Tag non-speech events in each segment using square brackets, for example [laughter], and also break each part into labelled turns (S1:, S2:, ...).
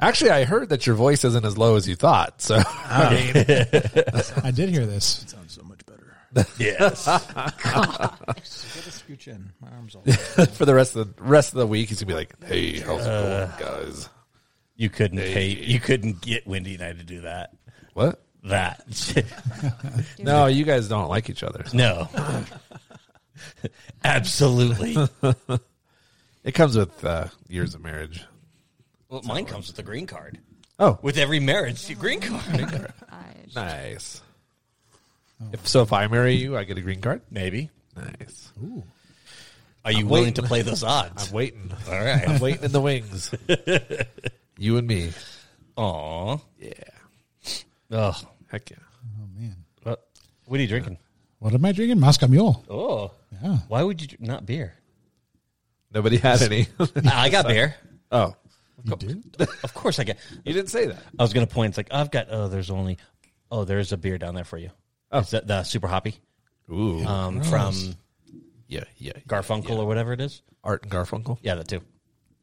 S1: Actually, I heard that your voice isn't as low as you thought. So, [laughs] I mean,
S2: I did hear this.
S3: Sounds so much
S2: [laughs]
S3: better.
S4: Yes.
S3: Gotta scooch in. My arms all.
S2: [laughs]
S1: for the rest of the rest of the week, he's gonna be like, "Hey, how's it going, guys?"
S4: [laughs] you couldn't pay, you couldn't get Wendy and I to do that.
S1: What?
S4: That. [laughs]
S1: No, you guys don't like each other.
S4: no. [laughs] Absolutely.
S1: It comes with uh, years of marriage.
S4: Well, mine comes with a green card.
S1: Oh,
S4: With every marriage, a green card.
S5: I-
S1: nice.
S4: Oh.
S1: If, so if I marry you, I get a green card.
S4: Maybe.
S1: Nice.
S4: Are you
S1: I'm
S4: willing
S1: waiting.
S4: to play those odds?
S1: I'm waiting.
S4: All
S1: I'm
S4: right.
S1: waiting in the wings.
S4: [laughs]
S1: you and me.
S4: Aw.
S1: Yeah.
S4: Oh.
S1: Heck yeah.
S2: Oh man,
S4: What Uh, what are you drinking?
S2: what am I drinking? Moscow Mule.
S4: Oh.
S2: Yeah.
S4: Why would you dr- not beer?
S1: Nobody had any.
S4: [laughs]
S1: [laughs]
S4: I got beer.
S1: oh,
S2: You do?
S4: Of course I got.
S1: you didn't say that.
S4: I was going to point. It's like, I've got, oh, there's only, oh, there's a beer down there for you. Oh. Is that the Super Hoppy
S1: Ooh.
S4: um, from
S1: yeah, yeah.
S4: Garfunkel or whatever it is?
S1: Art and Garfunkel.
S4: Yeah, that too.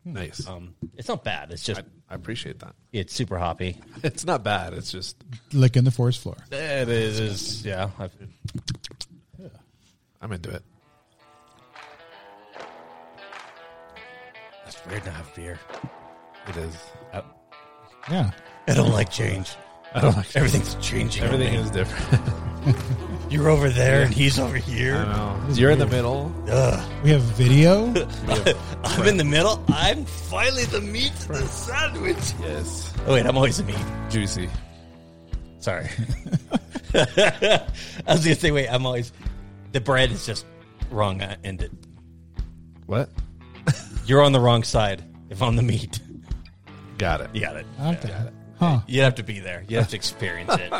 S1: Nice.
S4: Um, it's not bad. It's just,
S1: I, I appreciate that. [laughs]
S4: it's super hoppy.
S1: It's not bad. It's just
S2: Lick in the forest floor.
S4: It is, yeah. I've,
S1: I'm into it.
S4: that's weird to have beer.
S1: It is.
S4: I,
S2: Yeah.
S4: I don't like change.
S1: I don't like
S4: Everything's changing. on
S1: Everything
S4: me.
S1: is different. [laughs]
S4: You're over there and he's over here.
S1: I know. You're in the middle.
S2: We
S1: [laughs]
S2: have video.
S4: I'm in the middle. I'm finally the meat of the sandwich.
S1: Yes.
S4: Oh, wait, I'm always the meat.
S1: Juicy.
S4: [laughs] Sorry. I was going to say, wait, I'm always. The bread is just wrong uh, ended.
S1: What?
S4: You're on the wrong side if I'm the meat. [laughs]
S1: Got it.
S4: You got it.
S2: Okay. Huh.
S4: You'd have to be there. You have to experience [laughs] it.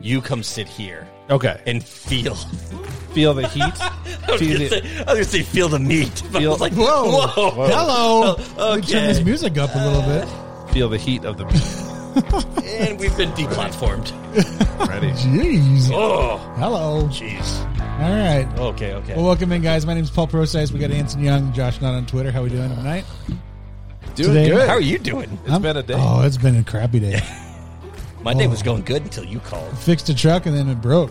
S4: You come sit here
S1: Okay.
S4: and feel. [laughs]
S1: feel the heat.
S4: I was
S1: feel the,
S4: going to say, I was gonna say feel the meat. [laughs] But I
S1: Feel-
S4: was like,
S2: Whoa.
S4: whoa.
S1: Oh,
S2: Hello. Let me turn
S4: okay.
S2: Oh, this music up a little bit.
S1: feel the heat of the
S4: [laughs]
S1: meat.
S4: [laughs] And we've been deplatformed.
S1: Ready?
S2: Jeez.
S4: [laughs] Oh,
S2: Hello.
S4: jeez.
S2: All right.
S4: Okay, okay.
S2: Well, welcome in, guys. My name is Paul Procise. We got Anson Young, Josh Not on Twitter. How we doing tonight?
S1: Doing
S2: Today-
S1: good.
S4: How are you doing?
S1: It's been a day.
S2: Oh, it's been a crappy
S1: [laughs]
S2: day.
S4: My day was going good until you called.
S2: Fixed a truck and then it broke.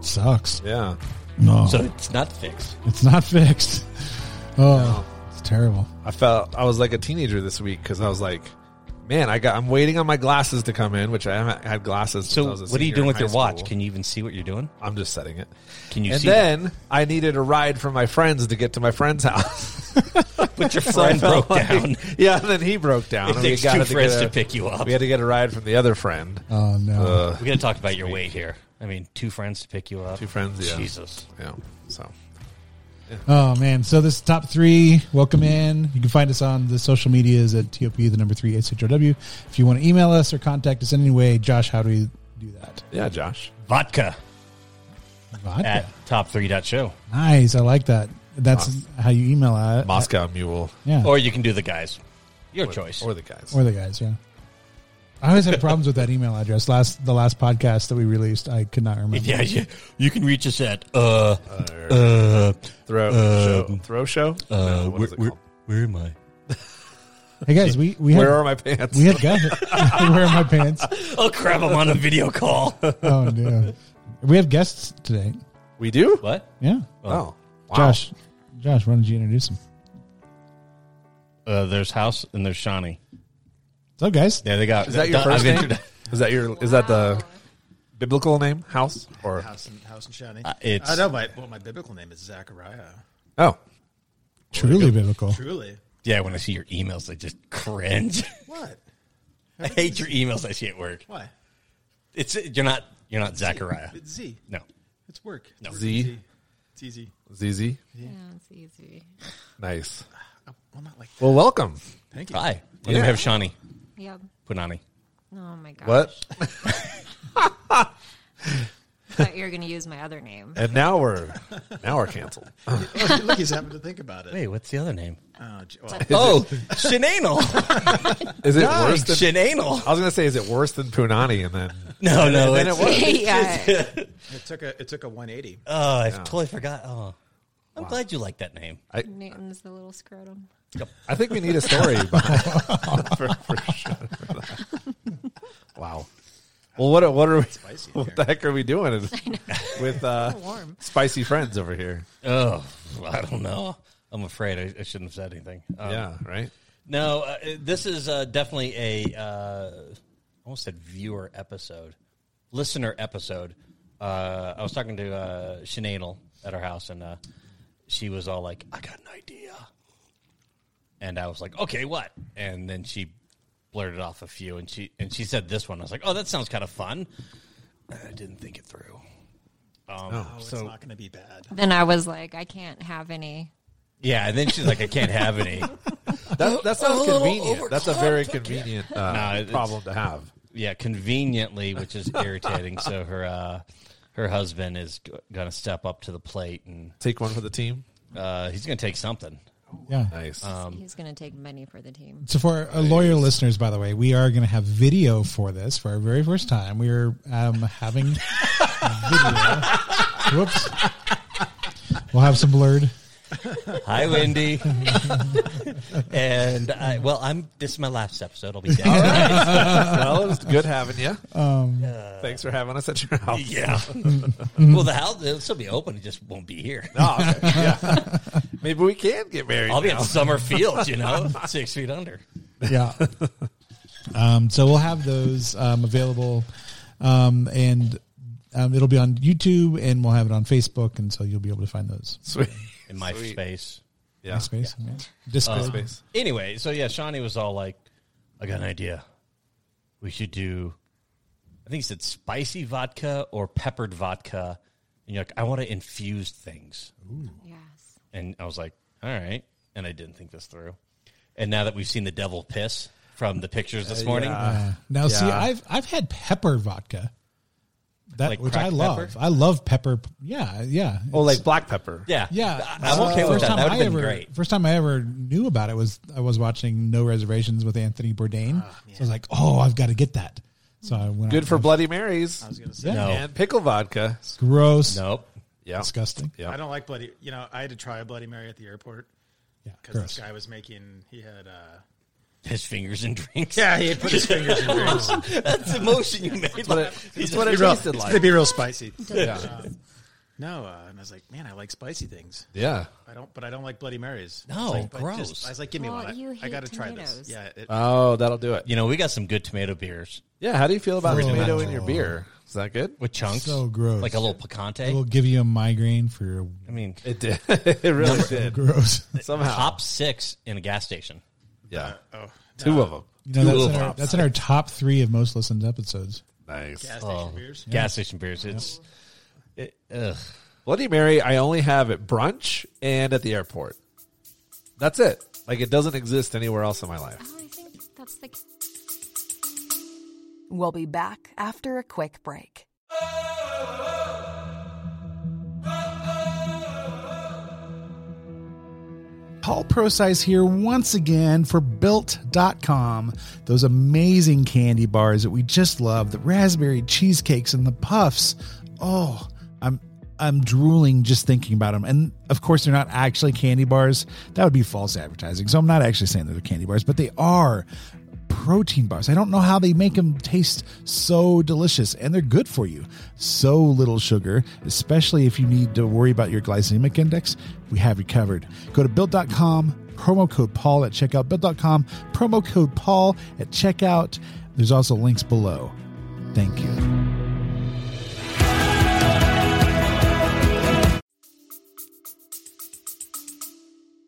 S2: Sucks.
S1: Yeah.
S2: No,
S4: So it's not fixed.
S2: it's not fixed. Oh, it's terrible.
S1: I felt I was like a teenager this week because I was like, man, I got I'm waiting on my glasses to come in, which I haven't had glasses. since I
S4: So
S1: was a
S4: what are you
S1: senior
S4: doing
S1: in
S4: with
S1: high
S4: your watch?
S1: school.
S4: Can you even see what you're doing?
S1: I'm just setting it.
S4: Can you
S1: and
S4: see
S1: then I needed a ride from my friends to get to my friend's house.
S4: [laughs] But [laughs]
S1: [laughs]
S4: your
S1: So I
S4: friend
S1: felt
S4: broke
S1: like-
S4: down.
S1: Yeah, and then he broke down.
S4: It
S1: and we
S4: takes
S1: got
S4: two
S1: to get
S4: friends
S1: a-
S4: to pick you up.
S1: We had to get a ride from the other friend.
S2: Oh no.
S1: Uh.
S4: We're gonna talk about your weight here. I mean, two friends to pick you up.
S1: Two friends, yeah.
S4: Jesus.
S1: Yeah. So
S2: Oh man. So this is top three. Welcome in. You can find us on the social medias at TOP the number three SHOW. If you want to email us or contact us in any way, Josh, how do we do that?
S1: yeah, Josh.
S4: Vodka
S2: Vodka.
S4: at top three dot show.
S2: Nice. I like that. That's how you email uh, at
S1: Moscow Mule.
S2: Yeah.
S4: Or you can do the guys. Your
S1: Or-
S4: choice.
S1: Or the guys.
S2: Or the guys, yeah. I always had problems with that email address. Last the last podcast that we released, I could not remember.
S4: [laughs] yeah, you, you can reach us at uh uh
S1: Throw show. Throw show?
S4: uh
S1: No, what
S4: where,
S1: is it
S4: where,
S1: called?
S4: where am I?
S2: Hey guys, we we
S1: Where
S2: had,
S1: are my pants?
S2: we had guys. [laughs] Where are my pants?
S4: Oh crap, I'm on a video call. [laughs]
S2: [laughs] Oh no, we have guests today.
S1: We do?
S4: what?
S2: Yeah,
S1: Oh. Wow.
S2: Uh, Josh, Josh, why don't you introduce them?
S4: Uh, there's House and there's Shawnee.
S2: What's up, guys?
S4: Yeah, they got
S1: Is that your
S4: I've
S1: first
S4: been-
S1: name? Is that your is that
S2: Uh,
S1: the biblical name? House or
S3: House and House and Shiny.
S4: Uh, it's-
S3: I know my well, my biblical name is Zachariah.
S1: Oh.
S2: Truly biblical.
S3: Truly.
S4: Yeah, when I see your emails, I just cringe. [laughs]
S3: What?
S4: I hate your emails. I see at work.
S3: Why?
S4: It's you're not you're not Zachariah.
S3: It's Z.
S4: No,
S3: It's work. It's
S4: No.
S3: work.
S1: Z.
S3: It's easy.
S1: ZZ.
S5: Yeah, it's easy.
S1: Nice.
S3: I- I'm not like that.
S1: Well, welcome.
S3: Thank you.
S4: hi. And then
S1: Yeah.
S4: we have Shawnee
S5: Yep.
S4: Punani.
S5: Oh my gosh.
S1: What?
S5: I thought you were going to use my
S1: [laughs]
S5: other name.
S1: And now we're now we're canceled.
S3: [laughs] Look, look, he's happened to think about it.
S4: Wait, what's the other name?
S3: Oh, gee, well,
S1: [laughs]
S4: Oh, Shenanal.
S1: Is it worse than [laughs]
S4: Shenanal.
S1: I was gonna say is it worse than Punani and then
S4: No, no.
S1: then it
S4: it's-
S1: was.
S4: [laughs]
S5: yeah.
S3: it took a it took a 180.
S4: Oh, I totally forgot. Oh, I'm glad you like that name.
S5: Newton's the little scrotum.
S1: I think we need a story behind, for, for sure. [laughs] Well, what are- what are we?
S3: spicy in
S1: What
S3: here.
S1: the heck are we doing with uh,
S5: warm.
S1: spicy friends over here?
S4: Oh, I don't know. I'm afraid I, I shouldn't have said anything. Um,
S1: yeah, right.
S4: No, uh, this is uh, definitely a uh, I almost said viewer episode, listener episode. Uh, I was talking to uh, Sinead at her house, and uh, she was all like, "I got an idea," and I was like, "Okay, what?" And then she blurted off a few, and she and she said this one. I was like, "Oh, that sounds kind of fun." And I didn't think it through. Um,
S1: No.
S3: Oh, it's
S4: so-
S3: not going to be bad.
S5: Then I was like, I can't have any.
S4: yeah, and then she's like, "I can't have any."
S1: That's that sounds
S4: a little
S1: convenient. That's a very convenient uh,
S4: No, it's-
S1: problem to have.
S4: yeah, conveniently, which is irritating. so her uh, her husband is going to step up to the plate, and
S1: Take one for the team. Um,
S4: uh, he's going to take something.
S2: Yeah.
S1: Nice. [laughs]
S5: He's going to take many for the team.
S2: So for our lawyer listeners, by the way, we are going to have video for this for our very first time. We are um, having video. Whoops. We'll have some blurred.
S4: Hi, Wendy. [laughs] and I, well, I'm. This is my last episode. I'll be dead.
S1: well, it was good having you. Thanks for having us at your house.
S4: [laughs] Yeah. well, the house it'll still be open. It just won't be here.
S1: [laughs] Oh, okay. yeah. Maybe we can get married.
S4: I'll
S1: [laughs]
S4: be
S1: now.
S4: at Summer Fields, you know, six feet under.
S2: Yeah. Um, so we'll have those um, available, um, and um, it'll be on YouTube, and we'll have it on Facebook, and so you'll be able to find those.
S1: Sweet.
S4: in my space.
S1: Yeah.
S2: Space, yeah.
S4: Uh,
S2: Discord.
S1: Space.
S4: Anyway, so yeah, Shawnee was all like, I got an idea. We should do, I think he said spicy vodka or peppered vodka. And you're like, I want to infuse things.
S5: Yes.
S4: And I was like, all right. And I didn't think this through. And now that we've seen the devil piss from the pictures this morning,
S2: Uh, now, see,
S1: Yeah.
S2: I've I've had pepper vodka, that
S4: Like
S2: which I
S4: cracked
S2: love.
S4: pepper?
S2: I love pepper. Yeah, yeah.
S1: Oh, like black pepper.
S4: yeah.
S2: Yeah,
S4: I- I'm
S2: uh,
S4: okay with
S2: first
S4: that.
S2: time
S4: That would
S2: I
S4: have been
S2: ever-
S4: great.
S2: First time I ever knew about it was I was watching No Reservations with Anthony Bourdain.
S4: Ah,
S2: so I was like, oh, I've got to get that. So I went.
S1: Good
S2: out
S1: for
S2: and-
S1: Bloody Marys
S3: I was going to say.
S2: Yeah.
S4: No.
S1: and pickle vodka.
S2: Gross.
S4: Nope.
S1: Yeah.
S2: Disgusting.
S1: Yeah.
S3: I don't like bloody. You know, I had to try a bloody mary at the airport
S2: Yeah.
S3: because this
S2: Gross.
S3: guy was making. He had. uh
S4: His fingers and drinks.
S3: Yeah, he had put
S4: [laughs]
S3: his fingers in drinks.
S4: Oh
S3: It's
S4: That's the motion you made.
S1: what it-
S4: [laughs]
S1: it's what it
S4: real-
S1: tasted like.
S3: gonna be real spicy. Um,
S1: Yeah.
S3: No, uh, and I was like, man, I like spicy things.
S1: Yeah.
S3: I don't, but I don't like bloody marys.
S4: No,
S3: I was like, but
S4: gross.
S3: just- I was like, give me
S5: Well,
S3: one. I-
S5: you
S3: I
S5: hate
S3: got to try this.
S5: tomatoes.
S3: Yeah, it,
S1: Oh, that'll do it.
S4: You know, we got some good tomato beers
S1: Yeah. How do you feel about
S2: Fruit
S1: tomato
S2: tomato.
S1: in your beer? Is that good?
S4: with chunks.
S2: So gross.
S4: Like a little picante.
S2: It will give you a migraine for your [laughs]
S4: I mean,
S1: It did. [laughs] it really did.
S4: [laughs]
S2: gross.
S1: Somehow.
S4: top six in a gas station.
S1: Yeah.
S3: oh,
S1: Two of them.
S2: You know, that's,
S4: Two
S2: in our,
S4: of
S2: that's in our top three of most listened episodes.
S1: Nice.
S3: gas station
S4: Oh,
S3: beers.
S4: gas station beers. It's it, ugh.
S1: Bloody Mary, I only have at brunch and at the airport. That's it. Like it doesn't exist anywhere else in my life.
S5: Oh, I think that's the
S6: We'll be back after a quick break.
S2: Paul Procise here once again for Built.com. Those amazing candy bars that we just love, the raspberry cheesecakes and the puffs. Oh, I'm I'm drooling just thinking about them. And of course, they're not actually candy bars. That would be false advertising. So I'm not actually saying that they're candy bars, but they are protein bars. I don't know how they make them taste so delicious and they're good for you. So little sugar, especially if you need to worry about your glycemic index, we have you covered. Go to built.com, promo code Paul at checkout, built.com, promo code Paul at checkout. There's also links below. Thank you.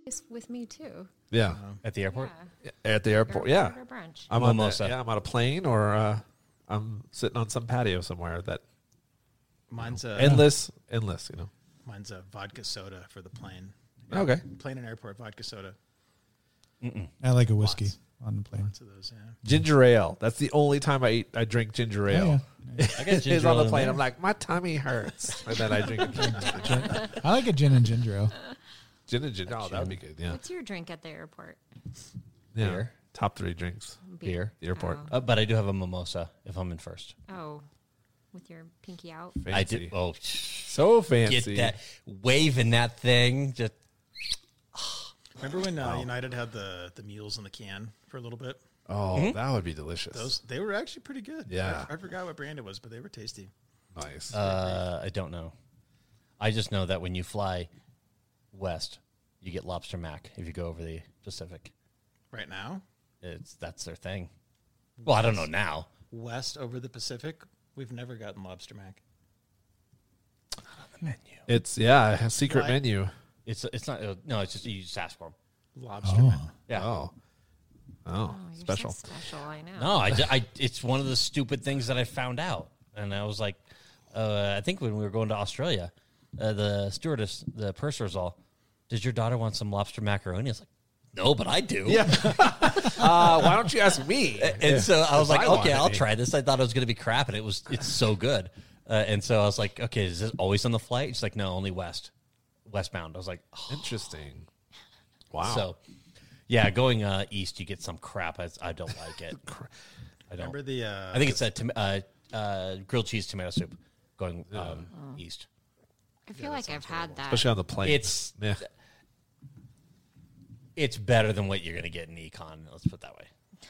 S5: case with me too.
S1: Yeah.
S4: at the airport.
S1: At the airport.
S5: Airport
S1: Yeah.
S5: or brunch.
S1: I'm on the,
S4: Mimosa.
S1: yeah, I'm on a plane or uh, I'm sitting on some patio somewhere that
S3: Mine's a
S1: endless, endless, you know.
S3: mine's a vodka soda for the plane.
S1: Okay.
S3: Plane and airport vodka soda.
S2: I like a whiskey on the plane.
S3: Lots of those. Yeah.
S1: Ginger ale. That's the only time I eat I drink ginger ale.
S4: I got
S1: Oh, [laughs] It's
S4: ginger
S1: on
S4: ale
S1: the
S4: in
S1: plane.
S4: there.
S1: I'm like, my tummy hurts. [laughs] And then I drink a
S2: [laughs] I like a gin and ginger ale.
S1: gin and [laughs] ginger. Oh, that would be good. Yeah.
S5: What's your drink at the airport?
S1: yeah.
S4: Beer.
S1: Top three drinks.
S4: Beer.
S1: The airport.
S5: Oh.
S4: Uh, but I do have a mimosa if I'm in first.
S5: Oh, with your pinky out.
S1: Fancy.
S4: I did. Oh, sh-
S1: So
S4: get
S1: fancy.
S4: that waving that thing. Just
S3: Remember when uh, United had the the mules in the can for a little bit?
S1: Oh, that would be delicious.
S3: Those they were actually pretty good.
S1: Yeah.
S3: I, I forgot what brand it was, but they were tasty.
S1: nice.
S4: Uh, I don't know. I just know that when you fly west, you get lobster mac if you go over the Pacific.
S3: Right now,
S4: It's that's their thing. Well, I don't know now.
S3: west over the Pacific, we've never gotten lobster mac.
S4: Menu.
S1: it's yeah, a secret menu.
S4: It's it's not uh, no. It's just you just ask for 'em.
S3: Lobster mac.
S4: Yeah.
S1: Oh. Oh,
S5: Oh, you're so
S1: special.
S5: special, I know.
S4: No, I, ju- I- it's one of the stupid things that I found out, and I was like, uh, I think when we were going to Australia, uh, the stewardess, the purser was all, "Does your daughter want some lobster macaroni?" I was like, "No, but I do."
S1: Yeah. uh, why don't you ask me? [laughs]
S4: And so I was like,
S1: I
S4: okay,
S1: wanted
S4: I'll
S1: it."
S4: try this. I thought it was going to be crap, and it was. It's so good. Uh, and so I was like, okay, is this always on the flight? She's like, no, only west, westbound. I was like, oh. [sighs]
S1: Interesting. Wow.
S4: so, yeah, going uh, east, you get some crap. I, I don't
S1: [laughs]
S4: like it. I don't.
S3: Remember the uh,
S4: I think it's a tom- uh, uh, grilled cheese tomato soup going um, east.
S5: I feel like I've had that.
S1: especially on the plane.
S4: It's
S1: yeah.
S4: it's better than what you're going to get in econ. Let's put it that way.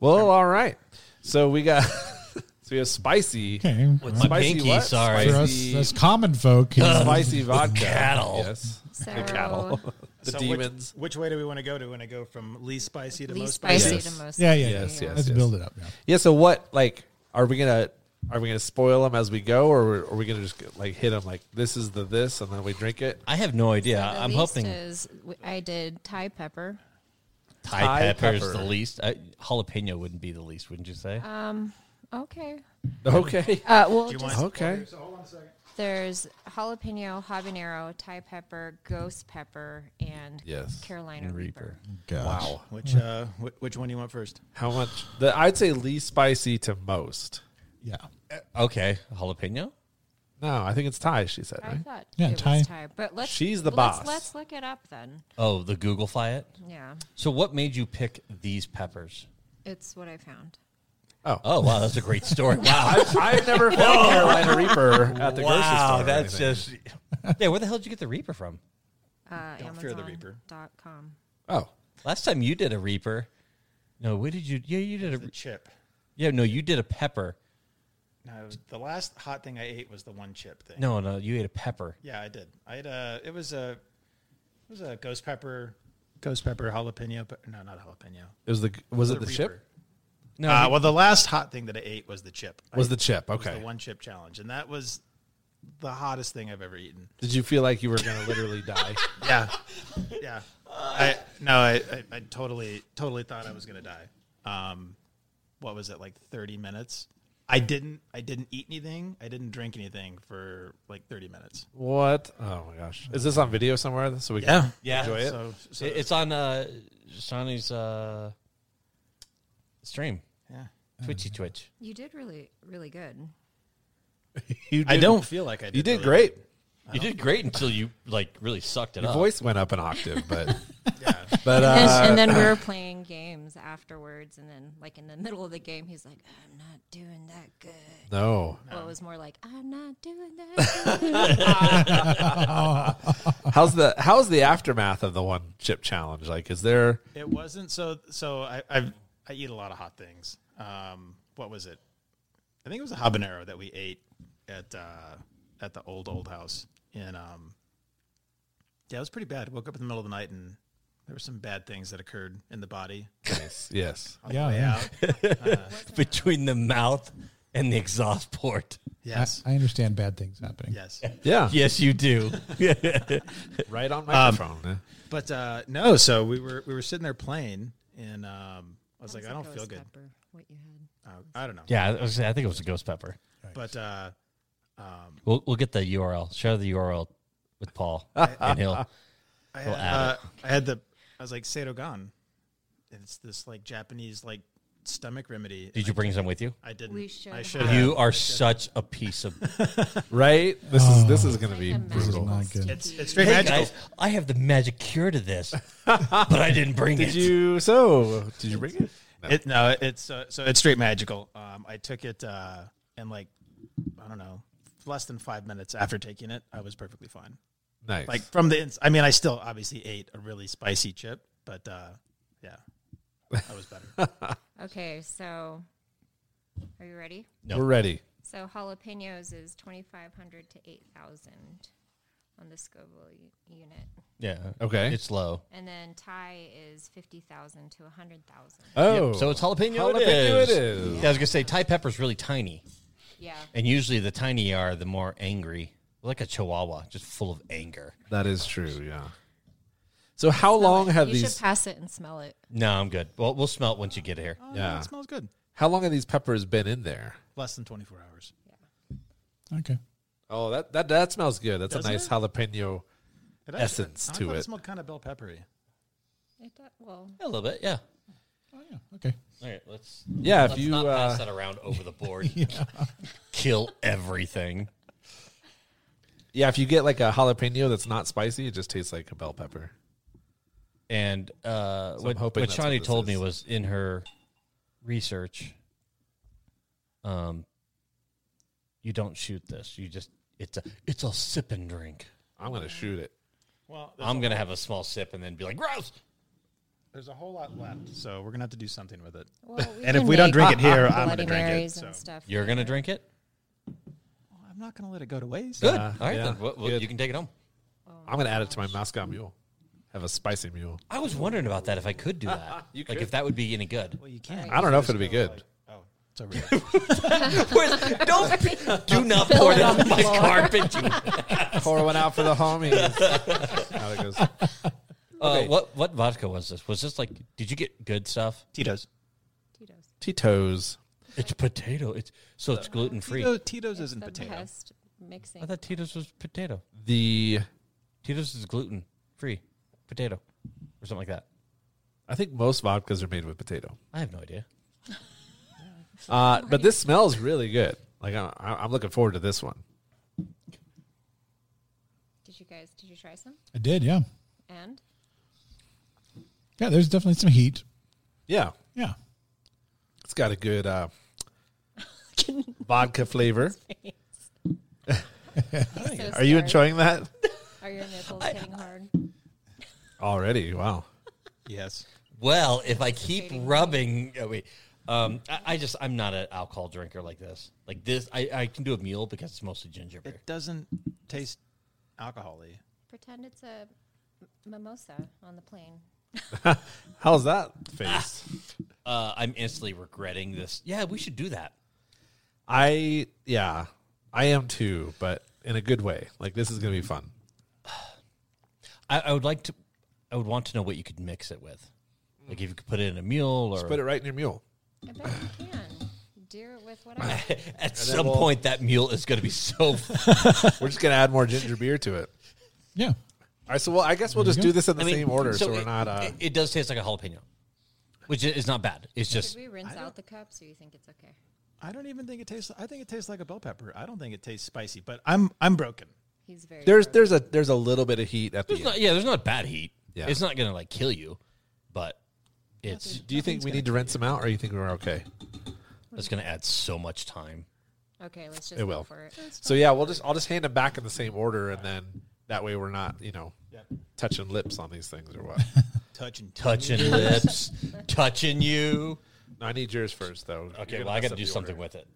S1: Well, all right. So we got [laughs] so we have spicy
S2: Okay.
S4: With my
S1: Spicy
S4: pinky,
S1: what?
S4: sorry.
S2: For us,
S1: Spicy-
S2: us common folk,
S1: spicy vodka.
S4: cattle.
S1: Yes.
S5: So,
S1: The [laughs] cattle. The
S3: so which-
S1: demons.
S3: Which, way do we want to go? Do we want to go from least spicy to
S5: least
S3: most
S5: spicy
S1: Yes.
S5: to most.
S2: yeah, yeah, yeah.
S1: Yes, yes,
S2: Let's
S1: yes.
S2: build it up. Yeah.
S1: Yeah, so what like are we gonna are we gonna spoil them as we go or are we gonna just like hit them like this is the this and then we drink it? [laughs]
S4: I have no idea.
S5: The
S4: I'm
S5: least
S4: hoping
S5: Is, w- I did Thai pepper.
S4: Thai,
S1: Thai
S4: pepper's
S1: pepper.
S4: the least. I, jalapeno wouldn't be the least, wouldn't you say?
S5: Okay.
S4: [laughs]
S1: Okay.
S5: Uh, well,
S3: Do you
S5: just,
S3: want
S1: Okay.
S5: there's jalapeno, habanero, Thai pepper, ghost pepper, and
S1: Yes.
S5: Carolina Reaper.
S2: Gosh.
S3: which
S1: Hmm.
S3: uh, wh- which one do you want first?
S1: How much the I'd say least spicy to most.
S2: Yeah.
S4: okay, jalapeno.
S1: No, I think it's Thai, she said,
S5: I
S1: right?
S5: thought
S2: Yeah,
S5: it
S2: Thai.
S5: was Thai, but let's
S1: She's the
S5: let's-
S1: boss.
S5: Let's look it up then.
S4: Oh, the Google fly it.
S5: Yeah,
S4: So, what made you pick these peppers?
S5: it's what I found.
S4: Oh, wow, that's a great story. Wow,
S1: I've, I've never found Carolina Reaper at the grocery
S4: wow,
S1: store. or
S4: that's
S1: anything.
S4: just. yeah, where the hell did you get the Reaper from?
S5: Uh,
S3: Don't fear the Reaper.
S5: Amazon.com.
S1: oh,
S4: Last time you did a Reaper. No, where did you? Yeah, you did a.
S3: The chip.
S4: Yeah, no, you did a pepper.
S3: No, the last hot thing I ate was the one chip thing.
S4: No, no, you ate a pepper.
S3: Yeah, I did. I had a. It was a. It was a ghost pepper, ghost pepper jalapeno. pe- No, not jalapeno.
S1: it was the was it the
S3: Reaper.
S1: chip?
S4: No,
S1: Ah,
S3: Uh,
S4: he-
S3: well, the last hot thing that I ate was the chip.
S1: Was
S3: I-
S1: the chip
S3: was
S1: okay?
S3: the one chip challenge, and that was the hottest thing I've ever eaten.
S1: Did you feel like you were gonna literally die?
S3: [laughs] Yeah, yeah. I no, I, I, I totally totally thought I was gonna die. Um, what was it like thirty minutes? I didn't I didn't eat anything. I didn't drink anything for like thirty minutes.
S1: [laughs] What? Oh my gosh! Is this on video somewhere so we can
S4: yeah,
S1: enjoy it?
S3: So, so
S4: It- it's on uh, Shawnee's uh, stream,
S3: yeah.
S4: Twitchy Twitch.
S5: You did really, really good.
S1: You
S3: I
S1: did-
S3: don't feel like I did.
S1: You did
S3: really
S1: great.
S4: You did great until you like really sucked it
S1: Your
S4: up.
S1: voice went up an octave, but
S3: good. Yeah.
S1: but uh,
S5: and then we were playing games afterwards, and then like in the middle of the game, he's like, "I'm not doing that good."
S1: no.
S5: Well, it was more like, "I'm not doing
S3: [laughs]
S5: that." good.
S1: How's the how's the aftermath of the one chip challenge? Like, is there?
S3: It wasn't so. So I I've, I eat a lot of hot things. Um, what was it? I think it was a habanero that we ate at uh, at the old old house. And um, yeah, it was pretty bad. I woke up in the middle of the night and there were some bad things that occurred in the body.
S1: Yes, yes.
S2: Yeah. yeah.
S3: Yeah.
S4: between the mouth and the exhaust
S1: [laughs]
S4: port.
S3: yes.
S2: I understand bad things happening.
S3: yes.
S1: Yeah,
S4: Yes, you [laughs] do.
S1: right on microphone. yeah.
S3: But uh, no. So we were we were sitting there playing, and um, I was like, I don't feel good.
S5: What you had?
S3: Uh, I don't know.
S4: yeah, I, was- I think it was a ghost pepper.
S3: But uh,
S4: We'll, we'll get the URL. Share the URL with
S1: [laughs]
S4: Paul, and he'll.
S3: I
S4: We'll add
S3: had, uh, I had the I was like seirogan. And It's this like Japanese like stomach remedy.
S4: Did you bring some with you?
S3: I didn't.
S5: We should
S3: I
S5: have.
S3: should have.
S4: You are such a piece of.
S1: Right. This is this is gonna
S5: Like
S1: be
S5: a
S1: brutal.
S5: magical
S2: not good.
S3: It's,
S5: sticky-
S3: it's straight
S4: Hey
S3: magical.
S4: guys, I have the magic cure
S1: [laughs]
S4: to this, but I didn't bring
S1: Did
S4: it.
S1: you? So did you bring it?
S3: It, no, it's uh, so it's straight magical. Um, I took it uh, and like I don't know, less than five minutes after taking it, I was perfectly fine.
S1: Nice.
S3: Like from the ins- I mean, I still obviously ate a really spicy chip, but uh, yeah, That was
S4: Oh,
S3: better.
S5: Okay, so are you ready?
S1: We're ready.
S5: So jalapenos is 2,500 to 8,000 on the Scoville u- unit.
S4: Yeah.
S1: Okay.
S4: It's low.
S5: And then Thai is 50,000 to 100,000.
S1: Oh,
S4: Yep, so it's jalapeno.
S1: Jalapeno it
S4: it is.
S1: is.
S4: Yeah, I was gonna say Thai pepper's really tiny,
S5: Yeah.
S4: and usually the tiny are the more angry, like a Chihuahua, just full of anger.
S1: that is true. Yeah. So how long have
S5: you
S1: these?
S5: should pass it and smell it.
S4: No, I'm good. Well, we'll smell it once you get here.
S3: Oh,
S1: Yeah.
S3: It smells good.
S1: How long have these peppers been in there?
S3: Less than 24 hours.
S2: Okay.
S1: Oh, that that that smells good. That's
S3: Doesn't
S1: a nice
S3: it?
S1: jalapeno.
S3: It
S1: Essence
S3: I
S1: to
S3: thought
S1: it.
S3: It smelled kind of bell peppery.
S5: It do- well,
S4: A little bit, yeah.
S2: Oh yeah. Okay.
S4: All right, let's.
S1: Yeah, if
S4: let's
S1: you,
S4: not
S1: uh,
S4: pass that around over
S1: [laughs]
S4: the board, kill everything.
S1: Yeah, if you get like a jalapeno that's not spicy, it just tastes like a bell pepper.
S4: And uh,
S1: I'm
S4: what,
S1: hoping
S4: what
S1: that's what
S4: Shani
S1: this
S4: told me
S1: is.
S4: was in her research, um, you don't shoot this. You just it's a it's a sip and drink.
S1: I'm gonna shoot it.
S3: Well, there's,
S4: I'm gonna have a small sip and then be like, gross.
S3: there's a whole lot left, so we're gonna have to do something with it.
S5: well
S3: And if we don't
S5: make
S3: drink it here,
S5: Bloody
S3: I'm gonna drink it,
S5: Marys
S3: so.
S5: And stuff.
S4: You're gonna drink it.
S3: Well, I'm not gonna let it go to waste.
S4: Good.
S1: Uh,
S4: All right,
S1: yeah,
S4: then well, well,
S1: good.
S4: you can take it home.
S1: I'm gonna add it to my Moscow Mule. Have a spicy mule.
S4: I was wondering about that if I could do that.
S1: You
S4: Like
S1: could.
S4: if that would be any good.
S3: Well, you can't.
S1: I don't know if it'll be good.
S3: oh, it's over. here.
S4: [laughs] Don't do not pour it on my carpet. you-
S1: Pour one out for the [laughs] homies. How it goes.
S4: Uh,
S1: Okay.
S4: what what vodka was this? Was this like? Did you get good stuff?
S3: [laughs] Tito's.
S5: Tito's.
S1: Tito's.
S4: It's potato. It's so it's gluten free.
S3: Tito, Tito's isn't
S5: the
S3: potato.
S5: best mixing.
S4: I thought Tito's was potato.
S1: The
S4: Tito's is gluten free potato or something like that.
S1: I think most vodkas are made with potato.
S4: I have no idea.
S1: Uh, but this smells really good. Like I, I- I'm looking forward to this one.
S5: Did you guys? Did you try some?
S2: I did. Yeah.
S5: And
S2: Yeah. There's definitely some heat.
S1: Yeah,
S2: Yeah.
S1: it's got a good
S4: [laughs]
S1: uh, vodka flavor.
S5: So
S1: Are you
S5: scared.
S1: enjoying that
S5: Are your nipples hitting hard?
S1: already? Wow.
S3: Yes.
S4: Well, if I keep rubbing, oh, wait. Um, I, I just I'm not an alcohol drinker like this. Like this, I, I can do a mule because it's mostly ginger beer.
S3: It doesn't taste alcohol-y.
S5: Pretend it's a m- mimosa on the plane.
S1: How's that face?
S4: Uh, I'm instantly regretting this. Yeah, we should do that.
S1: I yeah, I am too, but in a good way. Like this is gonna be fun.
S4: I, I would like to. I would want to know what you could mix it with. Like if you could put it in a mule or
S1: Put it right in your mule.
S5: I bet you can. Deer with whatever.
S4: [laughs] at some
S1: we'll-
S4: point that mule is going to be [laughs] so.
S1: We're just gonna add more ginger beer to it.
S2: Yeah.
S1: All right, so well, I guess we'll just
S2: you
S1: do
S2: go.
S1: this in the
S4: I mean, [laughs]
S1: same order, so, we're
S4: it,
S1: not. Uh,
S4: It, it does taste like a jalapeno, which i- is not bad. It's just
S1: [laughs]
S5: Should we rinse out the cups, or you think it's okay?
S3: I don't even think it tastes. I think it tastes like a bell pepper. I don't think it tastes spicy. But I'm I'm broken.
S5: He's very.
S1: there's
S5: broke.
S1: there's a there's a little bit of heat at the
S4: there's
S1: end.
S4: not. Yeah, there's not bad heat.
S1: Yeah.
S4: it's not going to like kill you, but it's
S1: do you think we need to rinse them out, or you think we're okay?
S4: it's going to add so much time.
S5: Okay, let's just
S1: It
S5: go
S1: will.
S5: for it.
S1: So yeah, we'll just I'll just hand them back in the same order, and then that way we're not you know touching lips on these things or
S4: [laughs]
S1: what.
S3: Touch and touch.
S4: Touching lips, touching you.
S1: no, I need yours first though. You're
S4: Okay,
S1: gonna
S4: well I
S1: mess
S4: got to
S1: up
S4: do
S1: the
S4: something
S1: order.
S4: with it.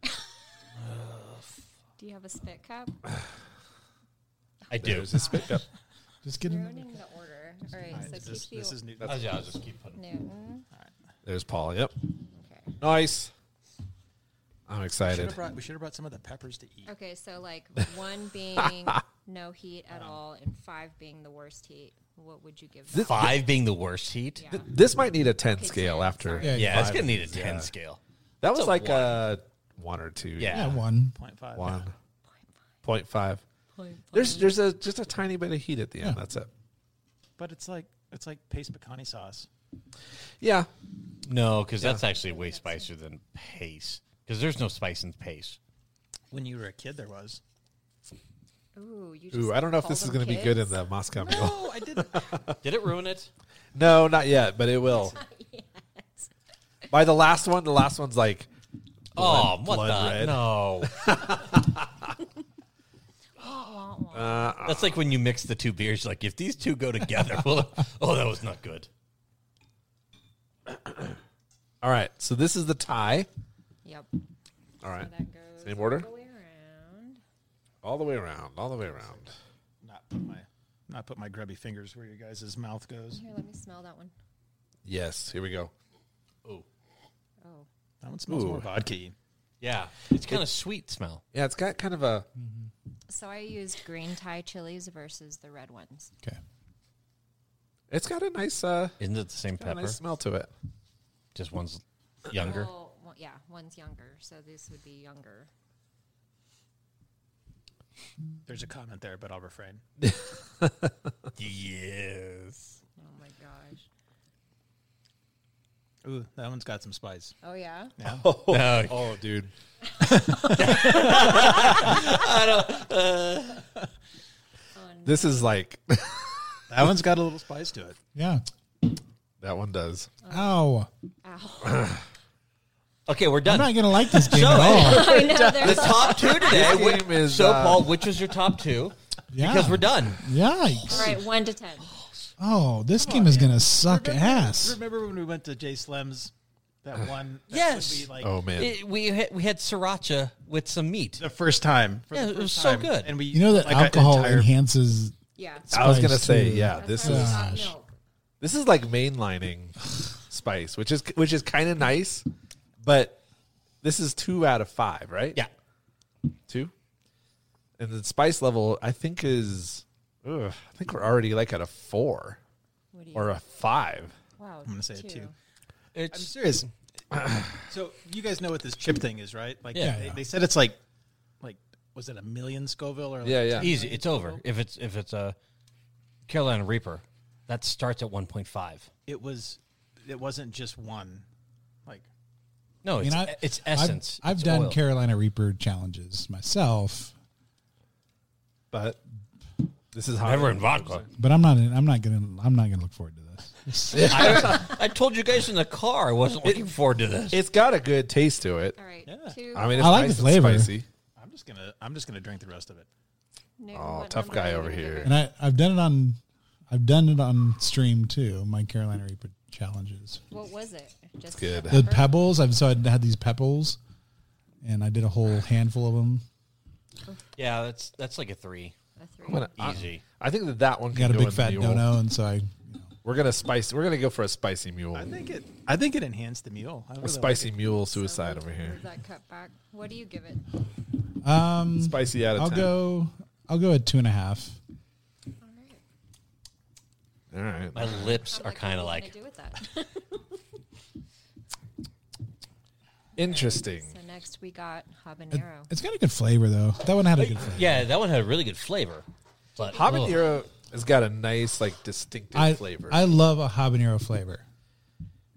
S5: Do you have a spit cup?
S4: I do.
S1: There's a spit
S4: [laughs]
S1: cup.
S2: Just get in.
S5: Ruining the order. All right, so keep
S3: This,
S5: the
S3: this is new.
S4: I'll just- I'll just keep putting.
S5: Newton.
S1: There's Paul. Yep,
S5: Okay.
S1: nice. I'm
S3: we should
S1: excited.
S3: have brought, we should have brought some of the peppers to eat.
S5: Okay, so
S1: [laughs]
S5: like one being no heat
S1: Um,
S5: at all, and five being the worst heat. What would you give? That?
S4: Five being the worst heat.
S5: Yeah.
S1: Th- this might need a 10
S5: Okay,
S1: scale
S5: 10,
S1: after.
S5: sorry.
S2: Yeah.
S4: Yeah, it's
S1: Five
S4: going to need a
S1: is-
S4: ten
S1: yeah.
S4: scale.
S1: That was
S4: a
S1: like
S4: one.
S1: a one or two.
S4: Yeah.
S2: Yeah. One.
S3: Point five.
S1: One. Point five. There's there's a just a tiny bit of heat at the end.
S2: Yeah.
S1: That's it.
S3: But it's like it's like paste picante sauce.
S1: Yeah.
S4: No, because that's actually way spicier than pace. Because there's no spice in pace.
S3: When you were a kid, there was.
S5: Ooh, you just
S1: Ooh, I don't know if
S5: call
S1: this is
S5: them
S1: going to be good in
S5: kids?
S1: the Moscow Mule.
S3: Oh, I didn't.
S4: [laughs] Did it ruin it?
S1: No, not yet, but it will. By the last one, the last one's like
S4: Oh, what
S1: blood
S4: the?
S1: [laughs] red.
S4: No. Uh,
S5: Wah, wah.
S4: That's like when you mix the two beers. [laughs] Like, if these two go together, well, oh, that was not good.
S1: All right. So this is the tie.
S5: Yep.
S1: All right.
S5: That goes
S1: Same order?
S5: all
S1: All the
S5: the way around.
S1: way around. All the way around.
S3: Not put my not put my grubby fingers where your guys' mouth goes.
S5: Here, let me smell that one.
S1: Yes. Here we go.
S5: Oh,
S3: That one smells
S1: Ooh.
S3: more vodka.
S4: Yeah, it's kind of sweet smell.
S1: Yeah. It's got kind of a.
S5: so I used green Thai chilies versus the red ones.
S2: Okay.
S1: It's got a nice. Uh,
S4: Isn't it the same
S1: got a
S4: pepper?
S1: nice smell to it.
S4: Just one's younger.
S5: Well, one- yeah, one's younger, so this would be younger.
S3: There's a comment there, but I'll refrain.
S4: Yes.
S5: Oh my gosh.
S3: Ooh, that one's got some spice.
S5: Oh yeah.
S4: No,
S1: [laughs] Oh, dude. This is like [laughs]
S3: That one's got a little spice to it.
S2: Yeah.
S1: that one does.
S3: Uh,
S2: Ow.
S5: Ow. [laughs]
S4: Okay, we're done.
S2: I'm not
S4: [laughs]
S2: going to like this game at all.
S5: I know.
S4: the
S5: There's
S4: top two today.
S1: This
S4: which-
S1: game is,
S4: so,
S1: uh,
S4: Paul, which is your top two?
S2: Yeah.
S4: Because we're done.
S2: Yikes.
S5: all right, one to ten.
S2: Oh, this game is going to suck ass.
S3: Remember when we went to Jay Slem's?
S1: [sighs]
S3: That one. That
S4: Yes.
S3: would be like
S1: Oh man.
S4: It- we had, we had sriracha with some meat.
S3: the first time. For
S4: Yeah,
S3: the
S4: it
S3: first
S4: was so
S3: time.
S4: good.
S3: And we
S2: You know that
S3: like, an
S2: alcohol
S3: entire-
S2: enhances.
S5: Yeah.
S1: I was
S2: spice,
S1: gonna say,
S2: too.
S1: yeah.
S5: That's
S1: This
S5: why we
S1: is
S5: stopped
S2: Gosh.
S5: milk.
S1: this is like mainlining spice, which is which is kind of nice, but this is two out of five, right?
S4: Yeah.
S1: two. And the spice level, I think, is ugh, I think we're already like at a four
S5: What do you?
S1: or a five.
S5: wow. I'm
S3: gonna say a two. I'm
S4: It's
S1: [sighs]
S3: serious. so you guys know what this chip thing is, right? Like
S4: Yeah.
S3: they, they said it's like like was it a million Scoville or like
S1: Yeah, yeah.
S4: easy. It's over. If it's if it's a Carolina Reaper, that starts at 1.5.
S3: it was it wasn't just one. Like
S2: I
S4: No, it's, e-,
S2: mean, I-
S4: it's
S2: I've-
S4: essence.
S2: I've,
S4: It's
S2: done
S4: oil.
S2: Carolina Reaper challenges myself,
S1: But this is hot.
S4: Never in vodka.
S2: but I'm not. I'm not gonna. I'm not gonna look forward to this.
S4: [laughs] I, I told you guys in the car I wasn't looking forward to this.
S1: It's got a good taste to it.
S5: All right.
S3: Yeah.
S5: Two.
S1: I mean, it's
S2: I like
S1: nice
S2: the flavor.
S1: And spicy.
S3: I'm just gonna I'm just gonna drink the rest of it.
S5: Nick,
S1: Oh,
S5: what
S1: tough
S5: number
S1: guy
S5: are you
S1: over
S5: gonna give
S1: here.
S5: it?
S2: And I, I've done it on. I've done it on stream too. My Carolina Reaper challenges.
S5: What was it? Just
S1: Good.
S2: The pebbles. I've so I had these pebbles, and I did a whole handful of them.
S4: Yeah, that's that's like a three.
S5: A three.
S1: I'm gonna- I-
S4: Easy.
S1: I, think that that one
S2: Got
S1: can
S2: a
S1: go
S2: big
S1: in
S2: fat
S1: mule.
S2: dono, and so I. You know,
S1: We're gonna spice. We're gonna go for a spicy mule.
S3: I think it I think it enhanced the meal. I
S1: a
S3: really
S1: spicy mule
S5: So
S1: suicide
S5: move-
S1: over here.
S5: move That cut back. What do you give it?
S2: um,
S1: Spicy out of
S2: I'll
S1: 10.
S2: go. I'll go at two and a half.
S5: All right.
S1: All right.
S4: My lips
S5: I'm
S4: are kind of
S5: what are you
S4: like
S5: gonna do with
S1: [laughs]
S5: that?
S1: Interesting.
S5: so next we got habanero.
S2: It's got a good flavor though. That one had a good flavor.
S4: yeah, that one had a really good flavor. But ugh.
S1: Habanero has got a nice, like, distinctive
S2: I
S1: flavor.
S2: I love a habanero flavor.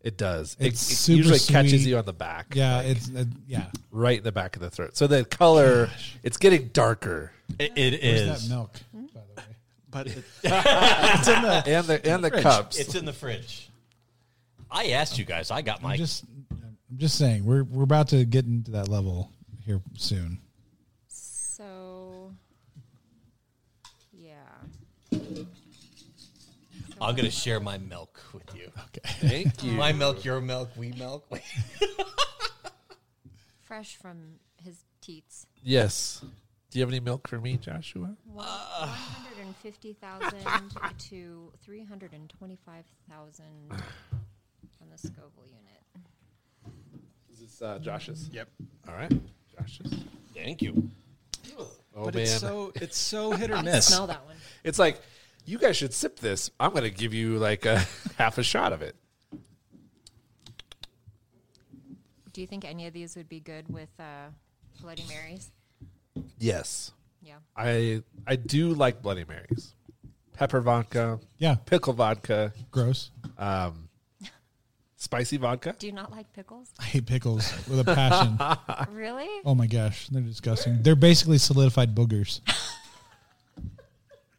S1: it does. It,
S2: It's
S1: it
S2: super
S1: usually catches
S2: sweet.
S1: you on the back.
S2: Yeah,
S1: like,
S2: it's uh, yeah.
S1: right in the back of the throat. So the color, it's getting darker,
S4: It- it
S2: Where's that
S4: is.
S2: milk? By the
S1: Mm-hmm.
S2: way,
S3: but it,
S1: [laughs] and the and the cups.
S4: It's in the fridge. I asked you guys. I got
S2: I'm
S4: my.
S2: just I'm just saying we're we're about to get into that level here soon.
S5: So yeah.
S4: I'm gonna share my milk with you.
S2: Okay.
S1: Thank you.
S4: My milk, your milk, we milk. [laughs]
S5: Fresh from his teats.
S1: [laughs] Yes. Do you have any milk for me, Joshua?
S5: One
S1: Uh.
S5: hundred and
S1: [sighs]
S5: fifty thousand to three hundred and twenty-five thousand on the Scoville unit.
S1: Is this uh, Josh's?
S3: yep.
S1: All right, Josh's.
S4: Thank you.
S1: Oh
S3: but
S1: man,
S3: it's
S1: it's, [laughs]
S3: so it's so hit or
S5: I
S3: miss.
S5: smell that one.
S1: like you guys should sip this. I'm gonna give you like a [laughs] half a shot of it.
S5: Do you think any of these would be good with uh, Bloody Marys?
S1: Yes,
S5: Yeah.
S1: I I do like Bloody Marys, pepper vodka,
S2: Yeah.
S1: pickle vodka,
S2: Gross.
S1: um, spicy vodka.
S5: Do you not like pickles?
S2: I hate pickles with
S1: [laughs]
S2: a passion.
S5: [laughs] really?
S2: oh my gosh, they're disgusting. They're basically solidified boogers.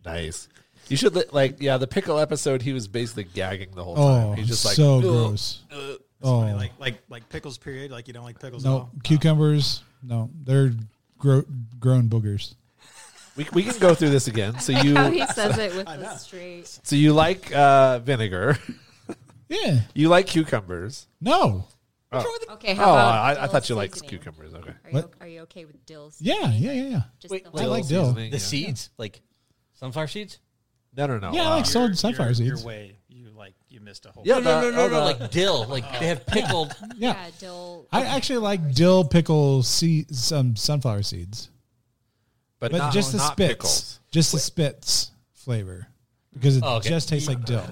S1: Nice. You should li- like yeah the pickle episode. He was basically gagging the whole
S2: Oh,
S1: time. He's just like
S2: so
S1: "Ugh."
S2: gross. oh
S3: Like like like pickles period, like you don't like pickles at
S2: no,
S3: all.
S2: cucumbers. No, they're gro- grown boogers.
S1: We, we can go through this again. So
S5: How [laughs]
S1: you
S5: Oh, he says it with the
S1: [laughs]
S5: straight.
S1: so you like uh, vinegar. [laughs]
S2: Yeah.
S1: You like cucumbers.
S2: No.
S4: What's wrong with
S5: Okay.
S1: Oh,
S5: How about
S1: I, I
S5: dill
S1: thought you liked
S5: seasoning?
S1: cucumbers. Okay.
S5: Are you,
S2: What?
S5: are you okay with dills?
S2: Yeah, yeah, yeah, yeah.
S5: Just
S4: Wait,
S5: the
S4: wait.
S5: whole-
S2: like dill.
S4: the
S1: seasoning, yeah.
S4: seeds? Like sunflower seeds?
S1: No, no, no.
S2: Yeah, I like
S1: uh,
S2: Sold
S3: Your-
S2: sunflower
S3: your-
S2: seeds.
S3: Your way, you like you missed a whole.
S1: Yeah.
S4: No, no, no,
S1: the-
S4: no,
S1: oh,
S4: no.
S1: the-
S4: Like dill. Like they have pickled.
S2: Yeah.
S5: yeah, dill.
S2: I actually like dill pickle seeds, some sunflower seeds,
S1: but,
S2: but
S1: not,
S2: just the
S1: not
S2: spits,
S1: pickles.
S2: just the spits flavor, because it
S4: Oh, okay.
S2: just tastes like dill.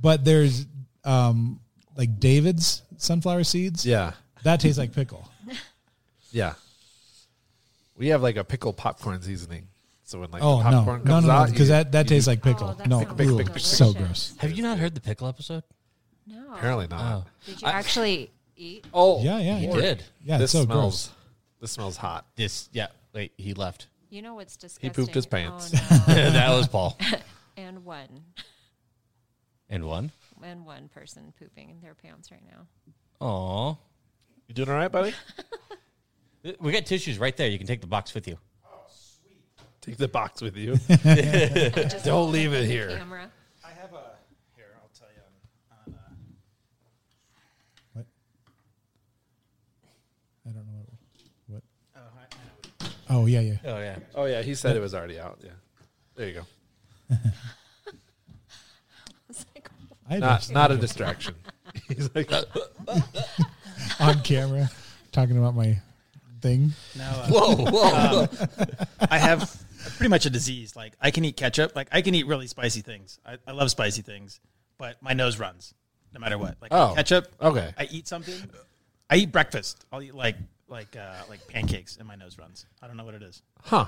S2: But there's um, like David's sunflower seeds.
S1: Yeah,
S2: that tastes like pickle.
S1: yeah. We have like a pickle popcorn seasoning. So when like
S2: Oh
S1: the
S2: no,
S1: popcorn
S2: no,
S1: comes
S2: no, no,
S1: out,
S2: because
S1: you-
S2: that, that
S1: you
S2: tastes
S1: do-
S2: like pickle.
S5: Oh, that
S2: no,
S5: sounds
S1: pick,
S2: Ooh,
S1: pick, pick,
S2: so
S5: delicious.
S2: gross.
S4: Have you not heard the pickle episode?
S5: No.
S1: Apparently not.
S4: Oh,
S5: Did you actually eat?
S1: Oh,
S2: Yeah, yeah,
S4: he
S2: yeah.
S4: did.
S2: Yeah,
S1: this
S2: it's so
S1: smells.
S2: gross.
S1: This smells hot.
S4: This. Yeah. Wait. He [laughs] left.
S5: You know what's disgusting?
S1: He pooped his pants. [laughs]
S5: Oh, no.
S4: that was Paul.
S5: and one,
S4: And one.
S5: and one person pooping in their pants right now.
S4: Oh.
S1: You doing all right, buddy?
S4: We got tissues right there. You can take the box with you.
S1: Take the box with [laughs] you. Don't leave it here.
S5: Camera. [laughs]
S3: I have a here. I'll tell you. On, on, uh,
S2: What? I don't know what.
S3: oh, I, I know.
S2: what oh yeah, yeah.
S4: Oh yeah.
S1: Oh yeah, he said it was already out. Yeah, there you go.
S5: It's like,
S2: I
S1: Not
S2: just-
S1: not a distraction. [laughs] He's like,
S2: [laughs] on camera talking about my thing.
S3: Now, uh,
S4: Whoa. Whoa.
S3: I have pretty much a disease. Like I can eat ketchup. Like I can eat really spicy things. I, I love spicy things, but my nose runs no matter what. Like
S1: Oh,
S3: ketchup.
S1: okay.
S3: I eat something. I eat breakfast. I'll eat like like uh, like pancakes, and my nose runs. I don't know what it is.
S1: huh?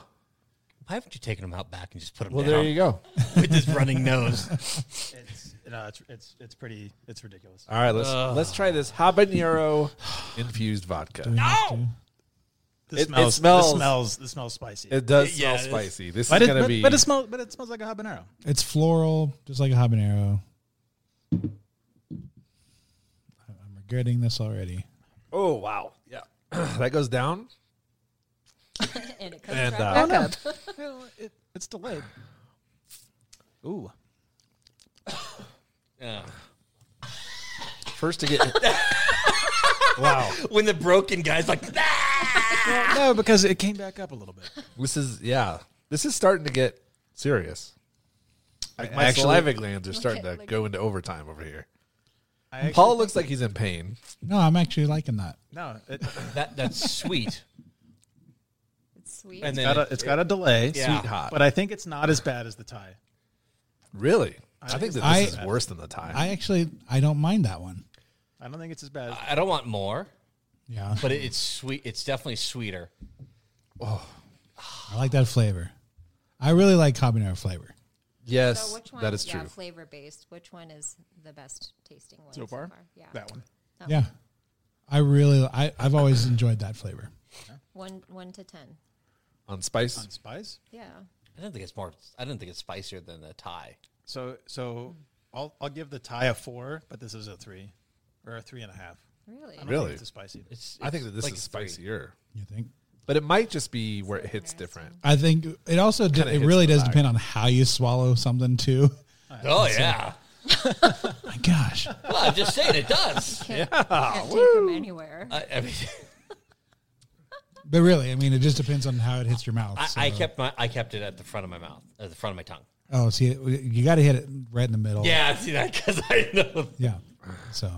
S4: Why haven't you taken them out back and just put them
S1: Well,
S4: down
S1: there you go.
S4: with this running nose?
S3: It's you know, it's it's it's pretty it's ridiculous.
S1: All right, let's let's try this habanero infused vodka.
S2: No.
S1: It-
S3: This
S1: it
S3: smells,
S1: smells-
S3: This smells. This smells spicy.
S1: It does
S4: Yeah,
S1: smell
S4: it is.
S1: spicy. This
S3: but
S1: is
S3: it,
S1: gonna
S3: but,
S1: be.
S3: but it smells. But it smells like a [laughs] habanero.
S2: It's floral, just like a habanero. I- I'm regretting this already.
S1: oh wow, yeah, [clears throat] that goes down.
S5: [laughs] and it comes
S1: And,
S5: right
S1: uh,
S5: back up.
S3: it, it's delayed. Ooh.
S4: Yeah.
S1: First to
S5: [laughs]
S1: get. wow,
S4: [laughs] When the broken guy's like, "Ah!"
S3: no, because it came back up a little bit.
S1: this is yeah. This is starting to get serious. Like my [laughs]
S3: actually-
S1: saliva glands are starting to
S5: like-
S1: go into overtime over here.
S3: I actually,
S1: Paul looks like he's in pain.
S2: No, I'm actually liking that.
S3: no, it,
S4: that that's sweet.
S5: It's sweet.
S4: And then
S3: got a, it's got a delay.
S4: Yeah.
S1: Sweet hot.
S3: But I think it's not as bad as the tie.
S1: Really, I, think that this is
S2: I-
S1: worse than the time.
S2: I actually I don't mind that one.
S3: I don't think it's as bad. As,
S4: I don't want more,
S2: Yeah,
S4: but it, it's sweet. It's definitely sweeter.
S2: I like that flavor. I really like habanero flavor.
S1: yes,
S5: so which one?
S1: that is
S5: yeah,
S1: true.
S5: Flavor based. Which one is the best tasting one
S3: So far?
S5: Yeah.
S3: that one.
S5: That
S2: Yeah, I really I I've always enjoyed that flavor.
S5: One one to ten.
S1: On spice,
S3: On spice.
S5: Yeah.
S4: I don't think it's more. I don't think it's spicier than the Thai.
S3: So so I'll I'll give the tie a four, but this is a three. Or a three and a half.
S5: Really.
S3: I don't
S1: Really?
S3: think it's as spicy.
S4: It's,
S1: I think
S4: it's
S1: that this
S4: like
S1: is
S4: a three.
S1: spicier.
S2: You think?
S1: But it might just be where it hits different.
S2: I think it also d-
S1: Kinda
S2: it
S1: hits
S2: really
S1: the
S2: does
S1: back.
S2: depend on how you swallow something too.
S4: Oh yeah.
S2: My gosh,
S4: Well, I'm just saying it does.
S5: Can't, can't take them anywhere.
S4: I, I mean,
S2: but really, I mean, it just depends on how it hits your mouth.
S4: I,
S2: so-
S4: I kept my I kept it at the front of my mouth, at the front of my tongue.
S2: Oh, see, you got to hit it right in the middle.
S4: Yeah, see that because I know.
S2: Yeah. So.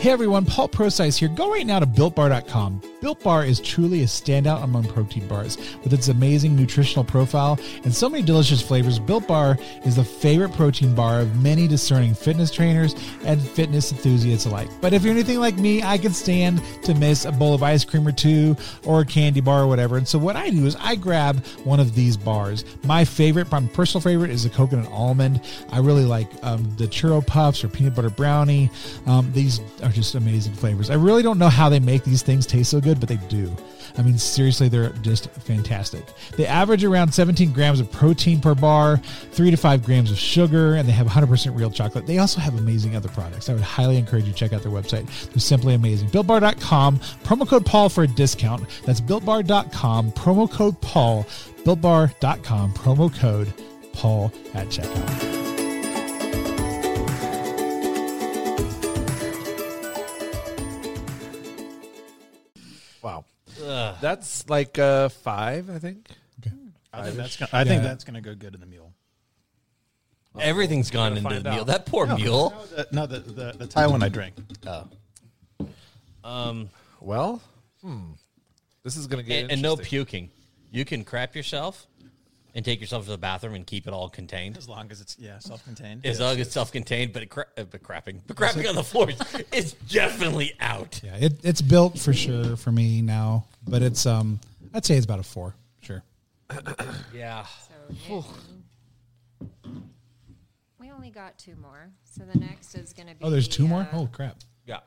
S2: Hey everyone, Paul Procise here. Go right now to BuiltBar.com. Built Bar is truly a standout among protein bars. With its amazing nutritional profile and so many delicious flavors, Built Bar is the favorite protein bar of many discerning fitness trainers and fitness enthusiasts alike. But if you're anything like me, I can stand to miss a bowl of ice cream or two or a candy bar or whatever. And so what I do is I grab one of these bars. My favorite, my personal favorite, is the coconut almond. I really like um, the churro puffs or peanut butter brownie. Um, these are just amazing flavors. I really don't know how they make these things taste so good, but they do. I mean, seriously, they're just fantastic. They average around 17 grams of protein per bar, three to five grams of sugar, and they have 100% real chocolate. They also have amazing other products. I would highly encourage you to check out their website. They're simply amazing. BuiltBar.com, promo code Paul for a discount. That's BuiltBar.com, promo code Paul, BuiltBar.com, promo code Paul at checkout.
S1: Wow. That's like uh, five, I think.
S3: I think that's gonna, I think
S2: Yeah.
S3: that's going to go good in the mule.
S4: Everything's gone into the
S1: find
S4: mule.
S1: out.
S4: That poor mule.
S3: No, the, no, the, the, the Taiwan I drink.
S1: Well, hmm. This is going to get
S4: and, and no
S1: interesting.
S4: puking. You can crap yourself and take yourself to the bathroom and keep it all contained.
S3: As long as it's yeah, self-contained.
S4: As long as it's self-contained, but, it cra- uh, but crapping, but crapping on the floor is definitely out.
S2: Yeah, it, it's built for sure for me now, but it's um, I'd say it's about a four. Sure.
S4: Yeah,
S5: So Nick, we only got two more. So the next is going to be.
S2: Oh, there's two
S5: uh,
S2: more. Oh crap!
S4: yeah,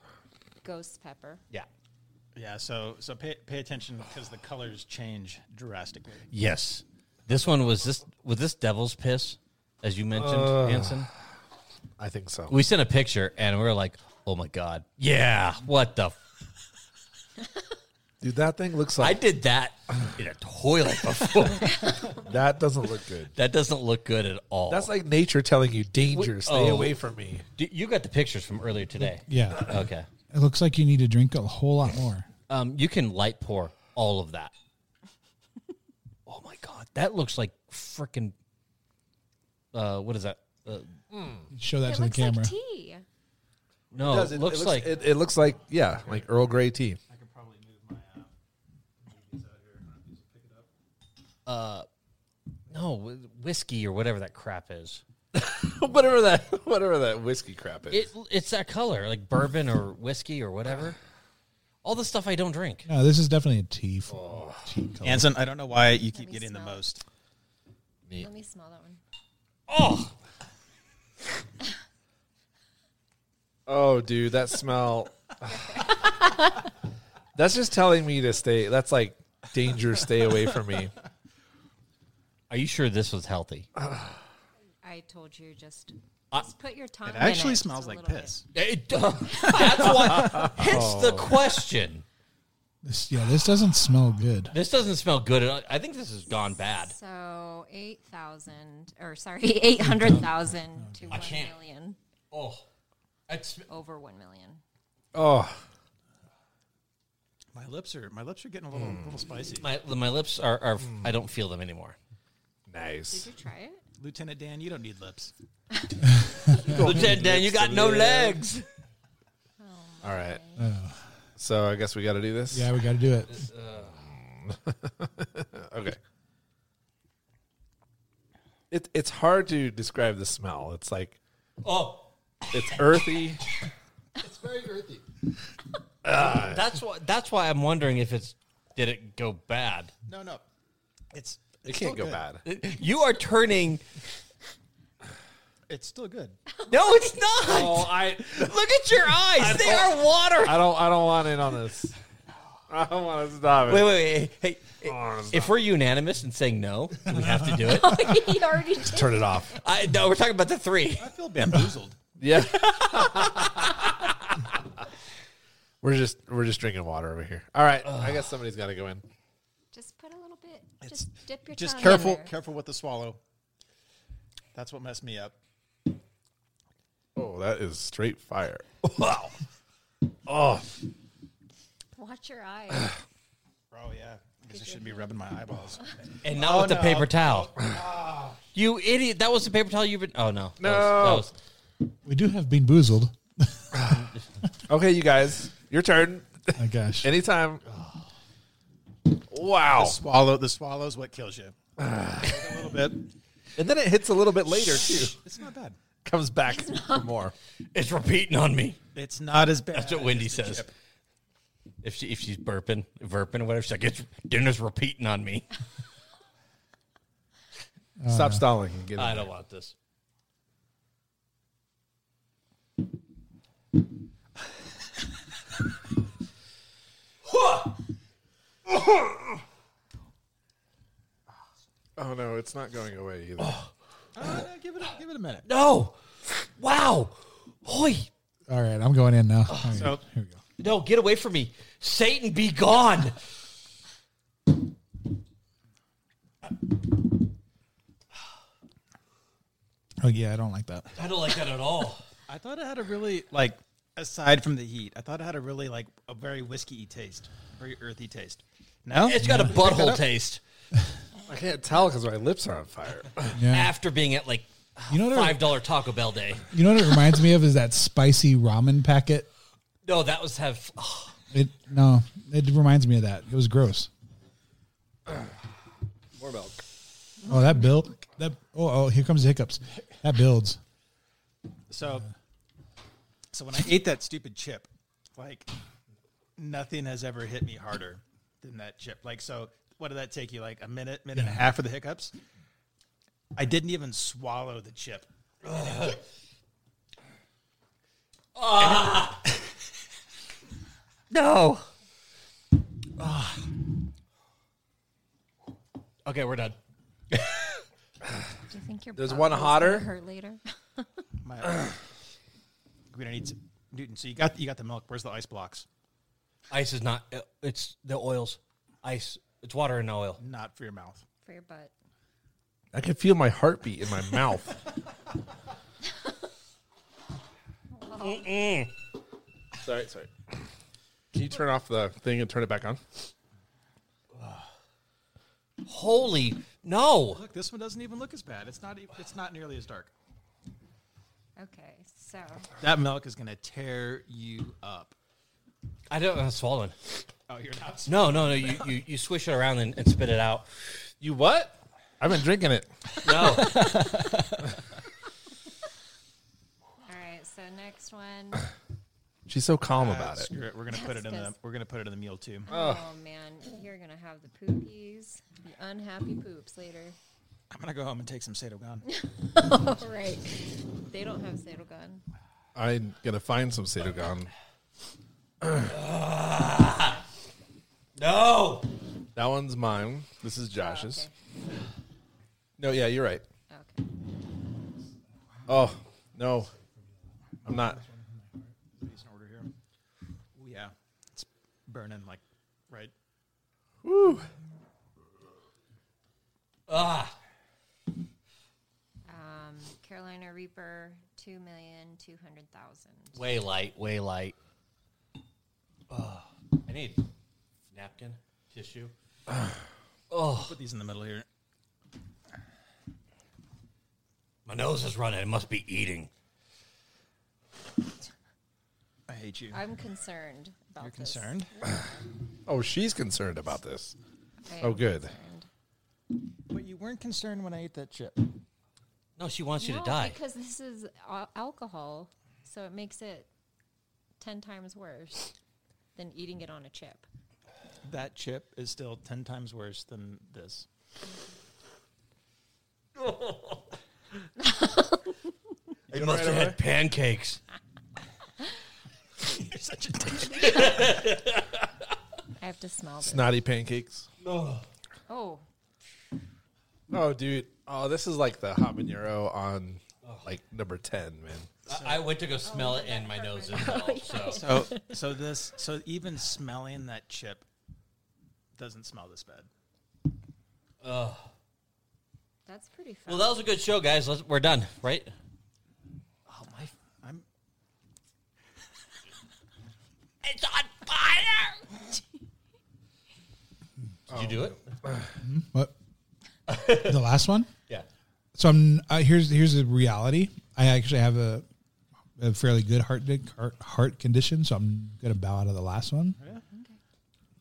S5: Ghost pepper.
S4: yeah.
S3: Yeah, so so pay, pay attention because the colors change drastically.
S4: Yes, this one was this was this devil's piss, as you mentioned, Hanson.
S1: I think so.
S4: We sent a picture and we were like, "Oh my god, yeah, what the." F-
S1: Dude, that thing looks
S4: I
S1: like
S4: did that [sighs] in a toilet before.
S1: that doesn't look good.
S4: that doesn't look good at all.
S1: That's like nature telling you danger,
S4: Wait,
S1: stay
S4: oh.
S1: away from me.
S4: Do- you got the pictures from earlier today.
S2: Yeah,
S4: Okay.
S2: it looks like you need to drink a whole lot more.
S4: Um, you can light pour all of that. [laughs] oh my god, that looks like freaking. Uh, what is that? Uh,
S2: Show that
S5: It
S2: to the
S5: looks
S2: camera.
S5: like tea.
S4: no,
S1: Does
S4: it, Oh, looks like
S1: it, it looks like yeah, like Earl Grey
S4: [laughs]
S1: tea.
S4: no wh- whiskey or whatever that crap is.
S1: whatever that
S4: [laughs]
S1: whatever that whiskey crap is.
S4: It it's that color, like bourbon or whiskey or whatever. All the stuff I don't drink.
S2: no, this is definitely a tea for tea color.
S3: Anson, I don't know why you keep
S5: me
S3: getting the
S5: smell it.
S3: most.
S5: Let me smell that one.
S4: Oh,
S1: oh, dude, that smell. [sighs] that's just telling me to stay. That's like danger, stay away from me.
S4: are you sure this was healthy?
S5: I told you just,
S4: I-
S5: just put your tongue.
S3: It
S5: in
S3: actually
S5: just
S3: smells
S5: a
S3: like
S5: little bit.
S3: piss.
S4: It- [laughs] that's why. Hence the question.
S2: This, yeah, this doesn't smell good.
S4: This doesn't smell good. At all. I think this has gone bad.
S5: So eight thousand, or sorry, [laughs] eight hundred thousand to one
S4: can't.
S5: million
S4: Oh, that's
S5: over one million.
S1: Oh,
S3: My lips are my lips are getting a little
S2: Mm.
S3: little spicy.
S4: my my lips are. are I don't feel them [laughs] anymore.
S5: Did
S1: nice.
S5: you try it?
S3: Lieutenant Dan, you don't need lips.
S4: Lieutenant Dan, you got no legs.
S1: All right. So I guess we got to do this.
S2: Yeah, we got to do it.
S1: Okay. It, it's hard to describe the smell. It's like
S4: Oh,
S1: it's earthy.
S4: that's why. That's why I'm wondering if it's did it go bad.
S3: No, no, it's
S1: It can't go bad.
S4: You are turning.
S3: it's still good.
S4: No, it's not.
S1: Oh, I
S4: Look at your eyes. they are water.
S1: I don't I don't want in on this. I don't want to stop it.
S4: Wait, wait, wait. Hey,
S1: Oh, it's
S4: if we're unanimous and saying no, we have to do it.
S5: [laughs] he already did.
S1: Turn it off.
S4: [laughs] I, no, we're talking about the three.
S3: I
S5: [laughs]
S3: feel bamboozled.
S1: Yeah. [laughs] we're just we're just drinking water over here. All right. I guess somebody's got to go in.
S5: Just put a little bit. Just dip your
S3: Just
S5: tongue.
S3: careful,
S5: In there.
S3: careful with the swallow. That's what messed me up.
S1: Oh, that is straight fire. Wow. Oh,
S5: Watch your eyes.
S3: Oh yeah, because I shouldn't be rubbing my eyeballs.
S4: And not with the paper towel. [sighs] You idiot. That was the paper towel you've been. Oh, no. That
S1: No.
S4: was- that was-
S2: We do have Bean Boozled.
S1: okay, you guys, your turn.
S2: My gosh.
S1: Anytime. Wow.
S3: [laughs] swallow the swallow's what kills [sighs] you. a little bit.
S1: And then it hits a little bit later too.
S3: It's not bad.
S1: Comes back for more.
S4: it's repeating on me.
S3: It's not as bad.
S4: That's what Wendy says. If she if she's burping, burping or whatever, she's like, it's, dinner's repeating on me.
S1: Stop stalling and get
S4: [laughs] I
S1: in.
S4: don't want this.
S1: Oh no, it's not going away either.
S3: Uh, no, give it, a- give it a minute.
S4: No. Wow. Hoy.
S2: All right, I'm going in now. All right,
S3: So-
S2: here we go.
S4: No, get away from me. Satan, be gone.
S2: Oh yeah, I don't like that.
S4: I don't like that at all.
S2: Oh,
S3: I thought it had a really like aside from the heat. I thought it had a really like a very whiskey taste, very earthy taste. No,
S4: It's got a [laughs] butthole taste
S1: I can't tell because my lips are on fire.
S2: Yeah.
S4: after being at like
S2: You know what it-
S4: five dollar Taco Bell day.
S2: You know what it reminds me of is that spicy ramen packet.
S4: No, that was have. [sighs] oh,
S2: It no, it reminds me of that. It was gross.
S1: More milk.
S2: Oh, that build. That oh, oh here comes the hiccups. That builds.
S3: So, so when I ate that stupid chip, like nothing has ever hit me harder than that chip. Like, so what did that take you? Like a minute, minute and a half for the hiccups. I didn't even swallow the chip.
S4: no. Ah. Okay, we're done.
S5: Do you think your
S1: There's
S5: butt
S1: one
S5: is gonna
S1: hotter.
S5: Hurt later. [laughs]
S3: [sighs] My, we don't need to, Newton. So you got you got the milk. Where's the ice blocks?
S4: Ice is not. It's the oils. Ice. It's water and oil.
S3: Not for your mouth.
S5: For your butt.
S1: I can feel my heartbeat in my mouth. [laughs] sorry, sorry. Can you turn off the thing and turn it back on?
S4: Holy no!
S3: Look, this one doesn't even look as bad. It's not. e- It's not nearly as dark.
S5: Okay, so
S3: That milk is gonna tear you up.
S4: I don't. I'm swallowing.
S3: Oh, you're not.
S4: No, no, no. You you, you swish it around and, and spit it out.
S1: You what? I've been drinking it.
S4: No. [laughs]
S5: all right, so next one.
S1: She's so calm about it.
S3: Screw it. We're gonna put it in the.
S5: Yes,
S3: We're gonna put it in the meal too.
S5: Oh man, you're gonna have the poopies, the unhappy poops later.
S3: I'm gonna go home and take some Satogon.
S5: [laughs] All right, they don't have Sadogun.
S1: I'm gonna find some Sadogan.
S4: no.
S1: That one's mine. This is Josh's. No, yeah, you're right.
S5: Okay.
S1: Oh no, I'm not.
S3: Please order here. Oh yeah, it's burning like right.
S4: Ah,
S5: Um, Carolina Reaper, two million two hundred thousand.
S4: Way light. Way light. Oh, I need napkin, tissue. [sighs] Oh,
S3: Put these in the middle here.
S4: My nose is running. It must be eating.
S3: I hate you.
S5: I'm concerned about
S3: You're
S5: this.
S3: concerned.
S1: Oh, she's concerned about this.
S5: I
S1: Oh,
S5: am
S1: good.
S5: concerned.
S3: But you weren't concerned when I ate that chip.
S4: No, she wants you
S5: No,
S4: to die.
S5: because this is al- alcohol, so it makes it ten times worse than eating it on a chip.
S3: That chip is still ten times worse than this.
S4: You must have had [laughs] pancakes.
S3: You're such a dick.
S5: I have to smell this.
S1: Snotty pancakes.
S5: oh,
S1: Oh, dude. Oh, this is like the habanero on like number ten, man.
S4: I, I went to go smell it, and my nose is [laughs] all, so
S3: So, [laughs] so this, so even smelling that chip doesn't smell this bad.
S5: that's pretty. Fun.
S4: Well, that was a good show, guys. Let's, we're done, right?
S3: Oh my! I'm.
S4: It's on fire. Did you do it?
S2: What? the last one.
S4: Yeah.
S2: So I'm uh, here's here's the reality. I actually have a, a fairly good heart, di- heart heart condition, so I'm gonna bow out of the last one.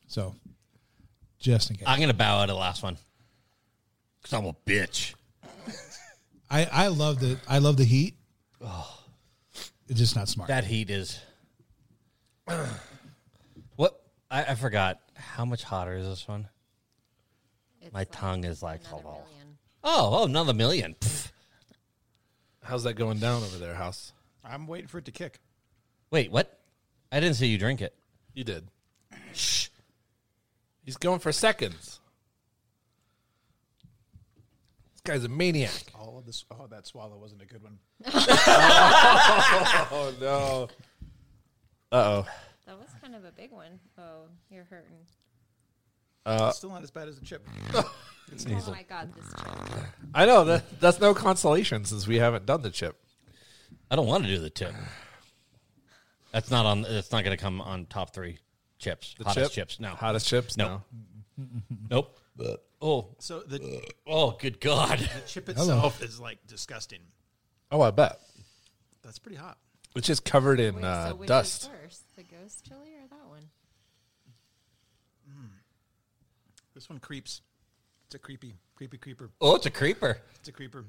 S2: So, just in case,
S4: I'm gonna bow out of the last one because I'm a bitch.
S2: I I love the I love the heat. It's just not smart.
S4: That heat is. what I, I forgot. How much hotter is this one?
S5: It's
S4: My tongue is like,
S5: another
S4: hello.
S5: million.
S4: Oh, oh, another million. Pfft.
S1: How's that going down over there, House?
S3: I'm waiting for it to kick.
S4: Wait, what? I didn't see you drink it.
S1: You did. Shh. He's going for seconds. This guy's a maniac.
S7: All of this. Oh, that swallow wasn't a
S5: [laughs]
S7: good one.
S1: Oh no. Uh oh.
S5: That was kind of a big one. Oh, you're hurting.
S3: it's still not as bad as the chip.
S5: oh my god, this chip.
S1: I know that that's no consolation since we haven't done the chip.
S4: I don't want to do the tip. That's not on. That's not going to come on top three chips.
S1: The
S4: hottest
S1: chip?
S4: chips. No.
S1: Hottest chips?
S4: No.
S1: No.
S4: Nope. Oh.
S3: So the
S4: Oh. Good God. [laughs]
S3: chip itself is like disgusting.
S1: Oh, I bet.
S3: That's pretty hot.
S1: Which is covered in
S5: Wait,
S1: uh,
S5: so which
S1: dust.
S5: is worse, the ghost chili or that one?
S3: This one creeps. It's a creepy, creepy creeper.
S4: Oh, it's a creeper.
S3: It's a creeper.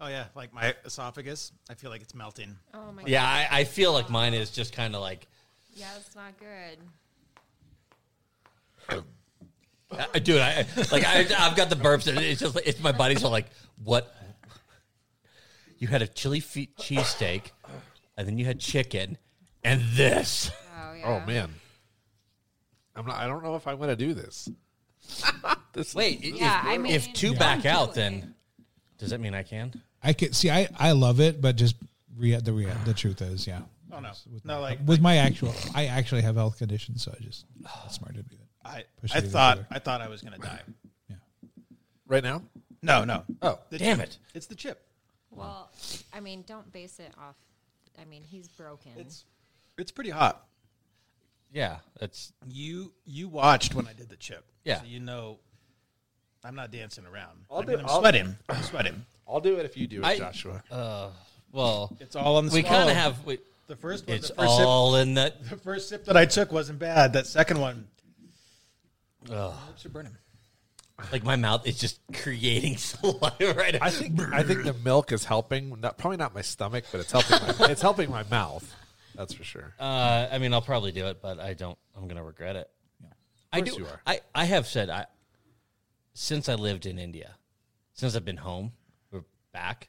S3: Oh yeah, like my esophagus. I feel like it's melting.
S5: Oh my
S4: Yeah, I, I feel like mine is just kind of like
S5: god, yeah, it's not
S4: I,
S5: good.
S4: uh, dude, I like I, I've got the burps, and it's just like it's my body's all like, what? You had a chili fe- cheesesteak, and then you had chicken, and this.
S5: Oh yeah.
S1: Oh man. I'm not I don't know if I want to do this. this
S4: Wait,
S5: Yeah, I mean,
S4: if two
S5: don't
S4: back
S5: do
S4: out,
S5: it.
S4: then does that mean I can?
S2: I could see. I I love it, but just rea- the rea- the truth is, yeah.
S3: Oh no, no, like
S2: With my actual, I actually have health conditions, so I just it's smart to do that.
S3: I,
S2: Push it
S3: I
S2: even
S3: thought,
S2: further.
S3: I thought I was gonna die.
S1: right now?
S3: No, no.
S1: Oh.
S3: The
S4: Damn
S3: chip.
S4: it.
S3: It's the chip.
S5: Well, I mean, don't base it off. I mean, he's broken.
S3: It's, it's pretty hot.
S4: Yeah, that's
S3: You, you watched when I did the chip.
S4: Yeah.
S3: So you know, I'm not dancing around. i
S1: I'll
S3: mean,
S1: do-
S3: I'm
S1: I'll-
S3: sweating. I'm sweating.
S1: I'll do it if you do it,
S4: I-
S1: Joshua.
S4: well.
S3: It's all on the.
S4: We
S3: swallow.
S4: kind of have. We,
S3: the first one.
S4: it's
S3: the first
S4: all in that.
S3: sip. The first sip that I took wasn't bad. That second one. my Lips are burning.
S4: Like my mouth is just [laughs] creating saliva right now.
S1: I think I think the milk is helping. Not probably not my stomach, but it's helping. My, it's helping my mouth. That's for sure.
S4: Uh, I mean, I'll probably do it, but I don't. I'm gonna regret it. I
S1: course
S4: do.
S1: you are.
S4: I I have said I since I lived in India, since I've been home, we're back.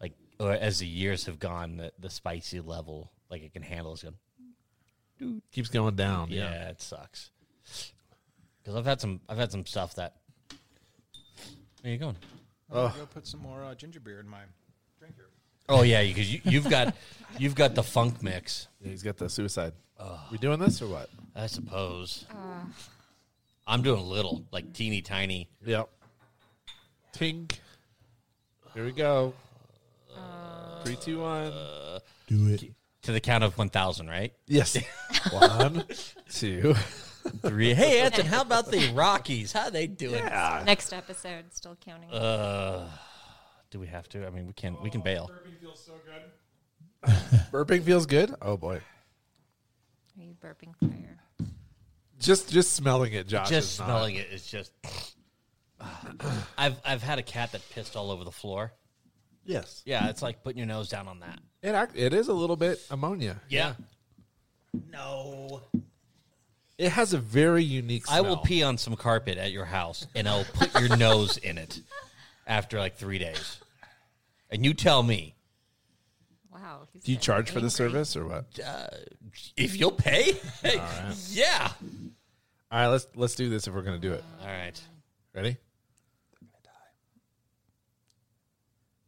S4: Like or as the years have gone, the, the spicy level like it can handle is going.
S1: Keeps going down.
S4: Yeah,
S1: Yeah.
S4: it sucks. Because I've had some I've had some stuff that. Where you going?
S3: I'm gonna Go put some more uh, ginger beer in my drink here.
S4: Oh yeah, because you, you've got [laughs] you've got the funk mix.
S1: Yeah, he's got the suicide. we doing this or what?
S4: I suppose. I'm doing little, like teeny tiny.
S1: Yep. Tink. Here we go. Three, two, one.
S2: [sighs] Do it.
S4: to the count of 1,000, right?
S1: [laughs] Yes. [laughs] one, two.
S4: Three. [laughs] Hey, Anton, how about the Rockies? How they doing?
S5: Next episode, still counting.
S1: Uh,
S4: Do we have to? I mean, we can we can bail.
S1: Burping feels good. Oh boy.
S5: Are you burping fire?
S1: Just just smelling it, Josh.
S4: Just
S1: is not-
S4: smelling it is just. I've I've had a cat that pissed all over the floor.
S1: Yes.
S4: Yeah, it's like putting your nose down on that.
S1: It act, it is a little bit ammonia.
S4: Yeah,
S3: No.
S1: It has a very unique.
S4: I will
S1: smell.
S4: pee on some carpet at your house, and I'll put your nose in it after like three days, and you tell me
S5: Wow. he's
S1: Do you
S5: getting
S1: charge for the
S5: angry.
S1: service or what?
S4: if you'll pay. [laughs] Yeah.
S1: All right, let's let's do this if we're gonna do it.
S4: All right.
S1: Ready?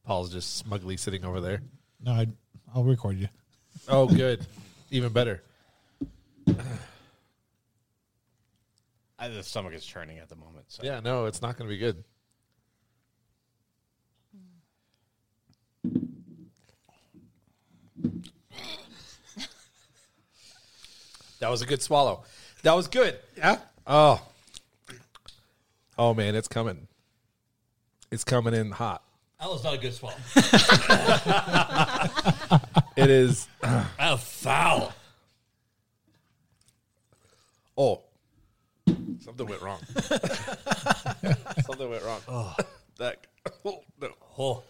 S1: Paul's just smugly sitting over there.
S2: No, I, I'll record you.
S1: Oh, good. [laughs] Even better.
S4: I, the stomach is churning at the moment. So.
S1: Yeah, no, it's not going to be good. That was a good swallow. That was good.
S3: Yeah.
S1: Oh. Oh man, it's coming. It's coming in hot.
S4: That was not a good swallow. [laughs]
S1: It
S4: [laughs]
S1: is
S4: That was foul.
S1: Oh, something went wrong. [laughs] something went wrong. That, [coughs] oh, no.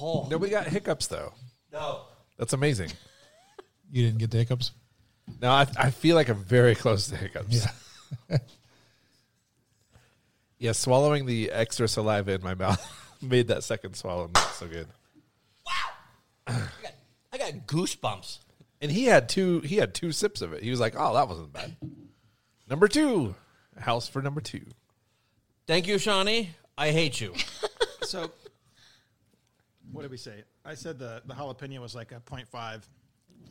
S4: Oh.
S1: no, we got hiccups though.
S4: No.
S1: That's amazing.
S2: You didn't get the hiccups.
S1: Now I, I feel like I'm very close to hiccups. Yeah. [laughs] swallowing the extra saliva in my mouth [laughs] made that second swallow not so good.
S4: I got, I got goosebumps.
S1: And he had two. He had two sips of it. He was like, "Oh, that wasn't bad." Number two, house for number two.
S4: Thank you, Shawnee. I hate you.
S3: So, what did we say? I said the, the jalapeno was like a 0.5.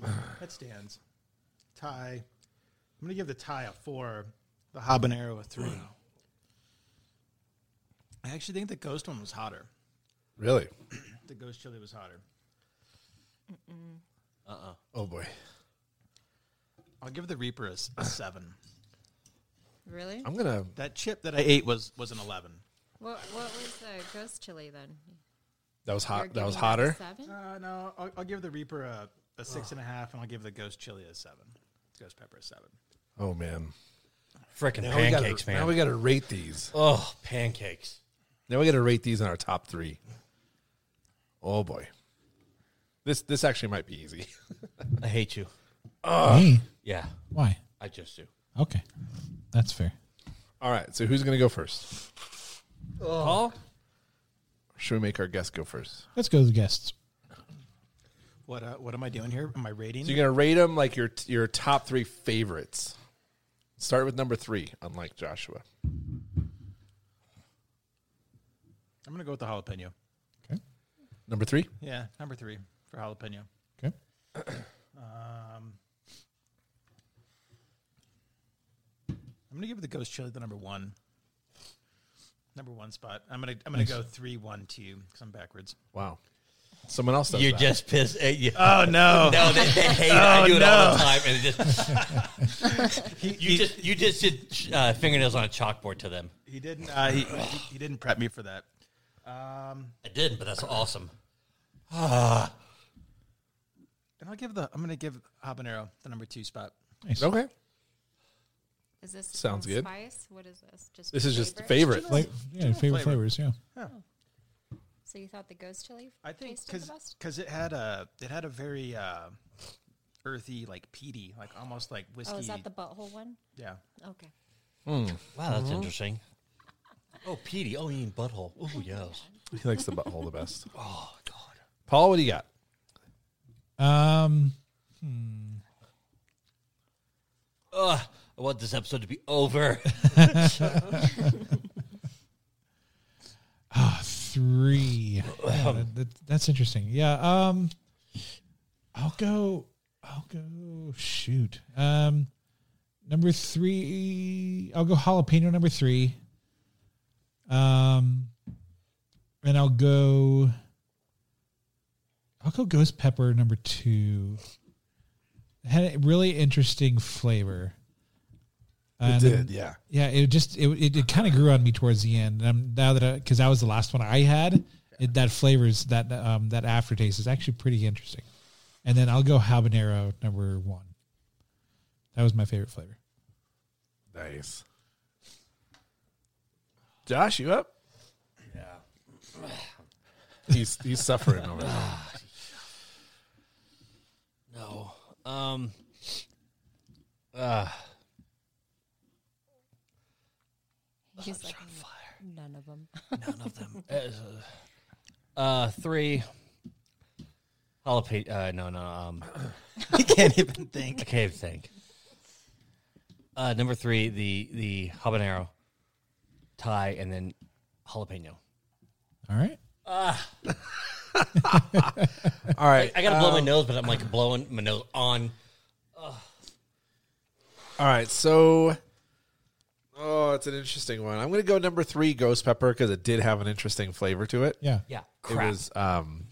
S3: [sighs] That stands. Thai. I'm going to give the Thai a four, the habanero a three. I actually think the ghost one was hotter.
S1: Really?
S3: The ghost chili was hotter.
S1: Oh boy.
S3: I'll give the Reaper a, s- a seven.
S5: Really?
S8: I'm gonna.
S3: That chip that I ate was was an eleven.
S5: What what was the ghost chili then?
S1: That was
S5: You're
S1: hot. That
S5: giving
S1: was
S5: a
S1: hotter.
S5: Seven?
S3: Uh, no, I'll, I'll give the Reaper a, a six and a half, and I'll give the Ghost Chili a seven. Ghost Pepper a seven.
S1: Oh man.
S4: Freaking
S1: Now we gotta-
S4: pancakes, man.
S1: Now we got to rate these.
S4: oh, pancakes.
S1: Now we got to rate these in our top three. Oh boy. This this actually might be easy. [laughs]
S4: I hate you.
S2: Me?
S4: Yeah,
S2: Why?
S4: I just do.
S2: Okay, that's fair.
S1: All right. So who's gonna go first?
S4: Paul?
S1: Should we make our guest go first?
S2: Let's go to the guests.
S3: What uh, what am I doing here? Am I rating?
S1: So you're gonna rate them like your your top three favorites. Start with number three, unlike Joshua.
S3: I'm gonna go with the jalapeno.
S2: Okay.
S1: Number three.
S3: Yeah, number three for jalapeno.
S2: Okay.
S3: Um, I'm gonna give the Ghost Chili the number one. Number one spot. I'm gonna I'm gonna go three one two because I'm backwards.
S1: Wow. Someone else does
S4: You
S1: that.
S4: just pissed. at
S1: [laughs]
S4: you.
S3: [laughs] Oh no!
S4: no, they, they hate it.
S3: Oh,
S4: I do it all
S3: no.
S4: the time. And it just, [laughs] you, just, you just did uh, fingernails on a chalkboard to them.
S3: [laughs] He didn't. Uh, he, he he didn't prep me for that. Um,
S4: I did, but that's awesome.
S3: and I'll give the. I'm gonna give habanero the number two spot.
S2: Nice.
S1: okay.
S5: Is this
S1: Sounds
S5: all
S1: good.
S5: Spice? What is this? Just
S1: This is just
S5: flavor?
S1: favorites.
S2: Like, yeah, favorite
S3: flavor.
S2: flavors. Yeah.
S5: So you thought the ghost chili?
S3: I think
S5: tasted the best.
S3: because it had a it had a very uh, earthy, like peaty, like almost like whiskey.
S5: Oh, is that the butthole one?
S3: yeah.
S5: Okay.
S4: Wow,
S3: Mm-hmm.
S4: that's interesting. Oh, Petey. Oh, you mean butthole. Oh, yes.
S1: He likes the butthole the best.
S4: Oh, God.
S1: Paul, what do you got?
S2: Um,
S4: Ugh, I want this episode to be over.
S2: ah, three. Yeah, that- that- that's interesting. Yeah. Um, I'll go. I'll go. Shoot. Um, number three. I'll go jalapeno number three. Um, and I'll go. I'll go ghost pepper number two. It had a really interesting flavor. And then-
S1: yeah.
S2: yeah, it just it it, it kind of grew on me towards the end. And I'm, now that because that was the last one I had, it, that flavors that that, um, that aftertaste is actually pretty interesting. And then I'll go habanero number one. That was my favorite flavor.
S1: Nice. Josh, you up? Yeah. He's he's suffering over there.
S4: [laughs] No. Um.
S5: He's like, "N- none
S1: [laughs]
S5: of them.
S4: None of them. Uh, three. Jalapeno. Uh, no, no. Um,
S3: I can't even think.
S4: I can't even think. Uh, number three, the the habanero, Thai, and then jalapeno.
S2: All right.
S1: [laughs] All right.
S4: I gotta blow my nose, but I'm like blowing my nose on.
S1: All right, so oh, it's an interesting one. I'm going to go number three, ghost pepper, because it did have an interesting flavor to it.
S2: Yeah.
S4: Yeah,
S1: It
S4: crap.
S1: was, um,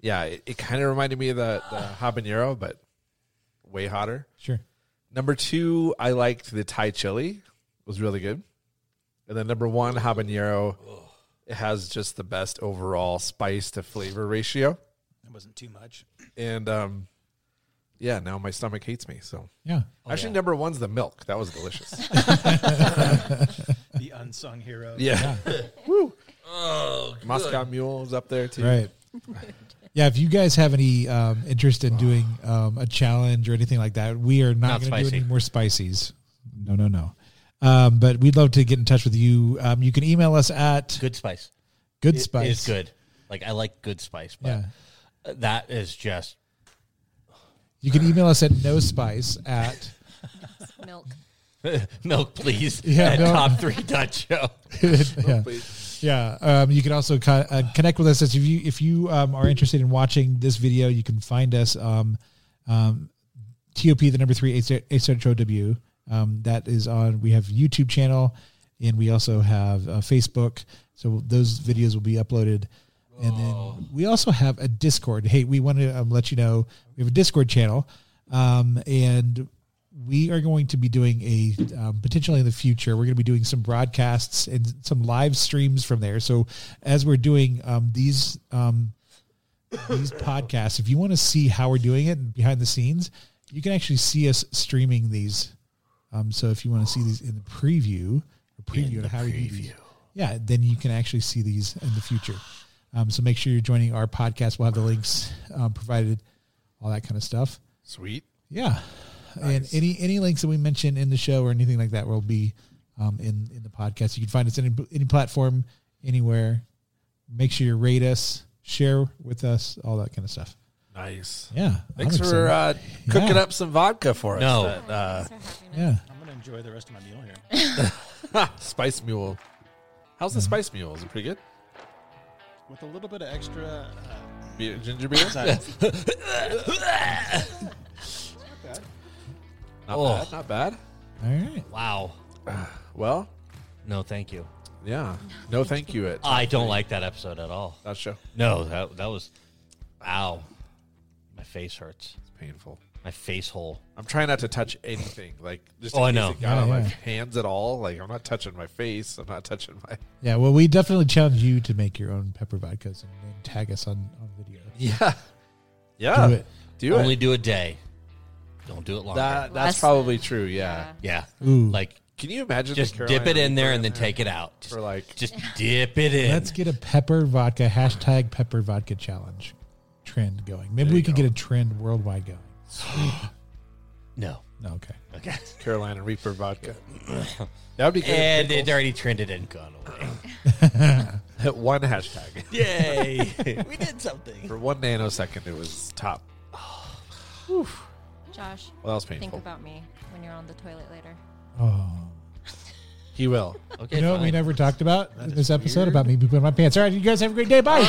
S1: yeah, it, it kind of reminded me of the, the habanero, but way hotter.
S2: Sure.
S1: Number two, I liked the Thai chili; it was really good. And then number one, habanero, it has just the best overall spice to flavor ratio.
S3: It wasn't too much.
S1: And um, yeah, now my stomach hates me. So
S2: Yeah.
S3: Oh,
S1: actually, number one's the milk. That was delicious.
S2: [laughs]
S3: The unsung hero.
S1: Yeah. [laughs] Woo.
S4: oh,
S1: Moscow Mule's up there too.
S2: Right.
S4: [laughs]
S2: Yeah, if you guys have any um, interest in doing um, a challenge or anything like that, we are not,
S4: Not
S2: going to do
S4: spicy.
S2: any more spices. No, no, no. Um, but we'd love to get in touch with you. Um, you can email us at
S4: good spice.
S2: Good
S4: It
S2: Spice.
S4: is good. Like I like good spice, but
S2: Yeah.
S4: that is just [laughs]
S2: You can email us at no spice at
S5: Milk.
S4: milk, please.
S2: Yeah,
S4: at
S2: no.
S4: top three [laughs] dot show.
S2: yeah. [laughs] yeah. Um, you can also co- uh, connect with us if you if you um, are interested in watching this video. You can find us um, um, top the number three h w. Um, that is on. We have YouTube channel, and we also have uh, Facebook. So those videos will be uploaded And then we also have a Discord. Hey, we want to um, let you know we have a Discord channel, um, and we are going to be doing a um, potentially in the future. We're going to be doing some broadcasts and some live streams from there. So as we're doing um, these um, these podcasts, if you want to see how we're doing it and behind the scenes, you can actually see us streaming these. Um, so if you want to see these in the preview, or preview of how we do these, yeah, then you can actually see these in the future. Um, so make sure you're joining our podcast. We'll have the links um, provided, all that kind of stuff.
S1: Sweet.
S2: Yeah, and any any links that we mention in the show or anything like that will be um, in in the podcast. You can find us any any platform, anywhere. Make sure you rate us, share with us, all that kind of stuff.
S1: Nice.
S2: Yeah,
S1: Thanks
S2: I'm
S1: for
S2: excited.
S1: uh, cooking
S2: Yeah.
S1: up some vodka for us.
S4: No.
S1: That, uh,
S5: Thanks for having us.
S2: yeah.
S3: I'm gonna enjoy the rest of my meal here.
S1: [laughs] spice mule. How's the spice mule? Is it pretty good?
S3: with a little bit of extra. Uh,
S1: Be- ginger beer?
S3: side-
S4: [laughs]
S1: Not
S4: Oh.
S1: bad. Not bad.
S2: All right.
S4: Wow.
S1: Well,
S4: No, thank you.
S1: yeah. No, thank you. It.
S4: I don't like that episode at all.
S1: That show.
S4: No, that that was. Ow. My face hurts.
S1: It's painful.
S4: My face hole.
S1: I'm trying not to touch anything. Like just
S4: Oh,
S1: in case
S4: I know.
S1: it got
S2: Yeah,
S1: on my
S2: yeah.
S1: hands at all. Like I'm not touching my face. I'm not touching
S4: [laughs]
S1: my.
S2: Yeah. Well, we definitely challenge you to make your own pepper vodkas and, and tag us on on video.
S1: Yeah. Yeah.
S2: Do it.
S1: Do
S4: Only
S1: it.
S4: do a day. Don't do it longer.
S1: That, that's
S5: Less-
S1: probably true. Yeah.
S4: yeah.
S2: Ooh.
S4: Like
S1: Can you imagine? the
S4: just dip
S1: Carolina
S4: it in there
S1: Reaper
S4: and then take it out. Just,
S1: For like-
S4: just dip it in.
S2: Let's get a pepper vodka hashtag pepper vodka challenge trend going. Maybe we can get a trend worldwide going.
S4: no.
S2: No, okay.
S4: Okay.
S1: Carolina Reaper
S4: [laughs]
S1: vodka? that would be good.
S4: And it already trended and gone away.
S1: one hashtag
S4: [laughs] Yay. we did something.
S1: for one nanosecond. It was top.
S5: Josh,
S1: Well, that was
S5: think
S1: painful.
S5: about me when you're on the toilet later.
S2: Oh.
S1: He will.
S4: [laughs] Okay.
S2: You know what we
S4: fine.
S2: never talked about in this episode about me pooping my pants. All right, you guys have a great day. Bye.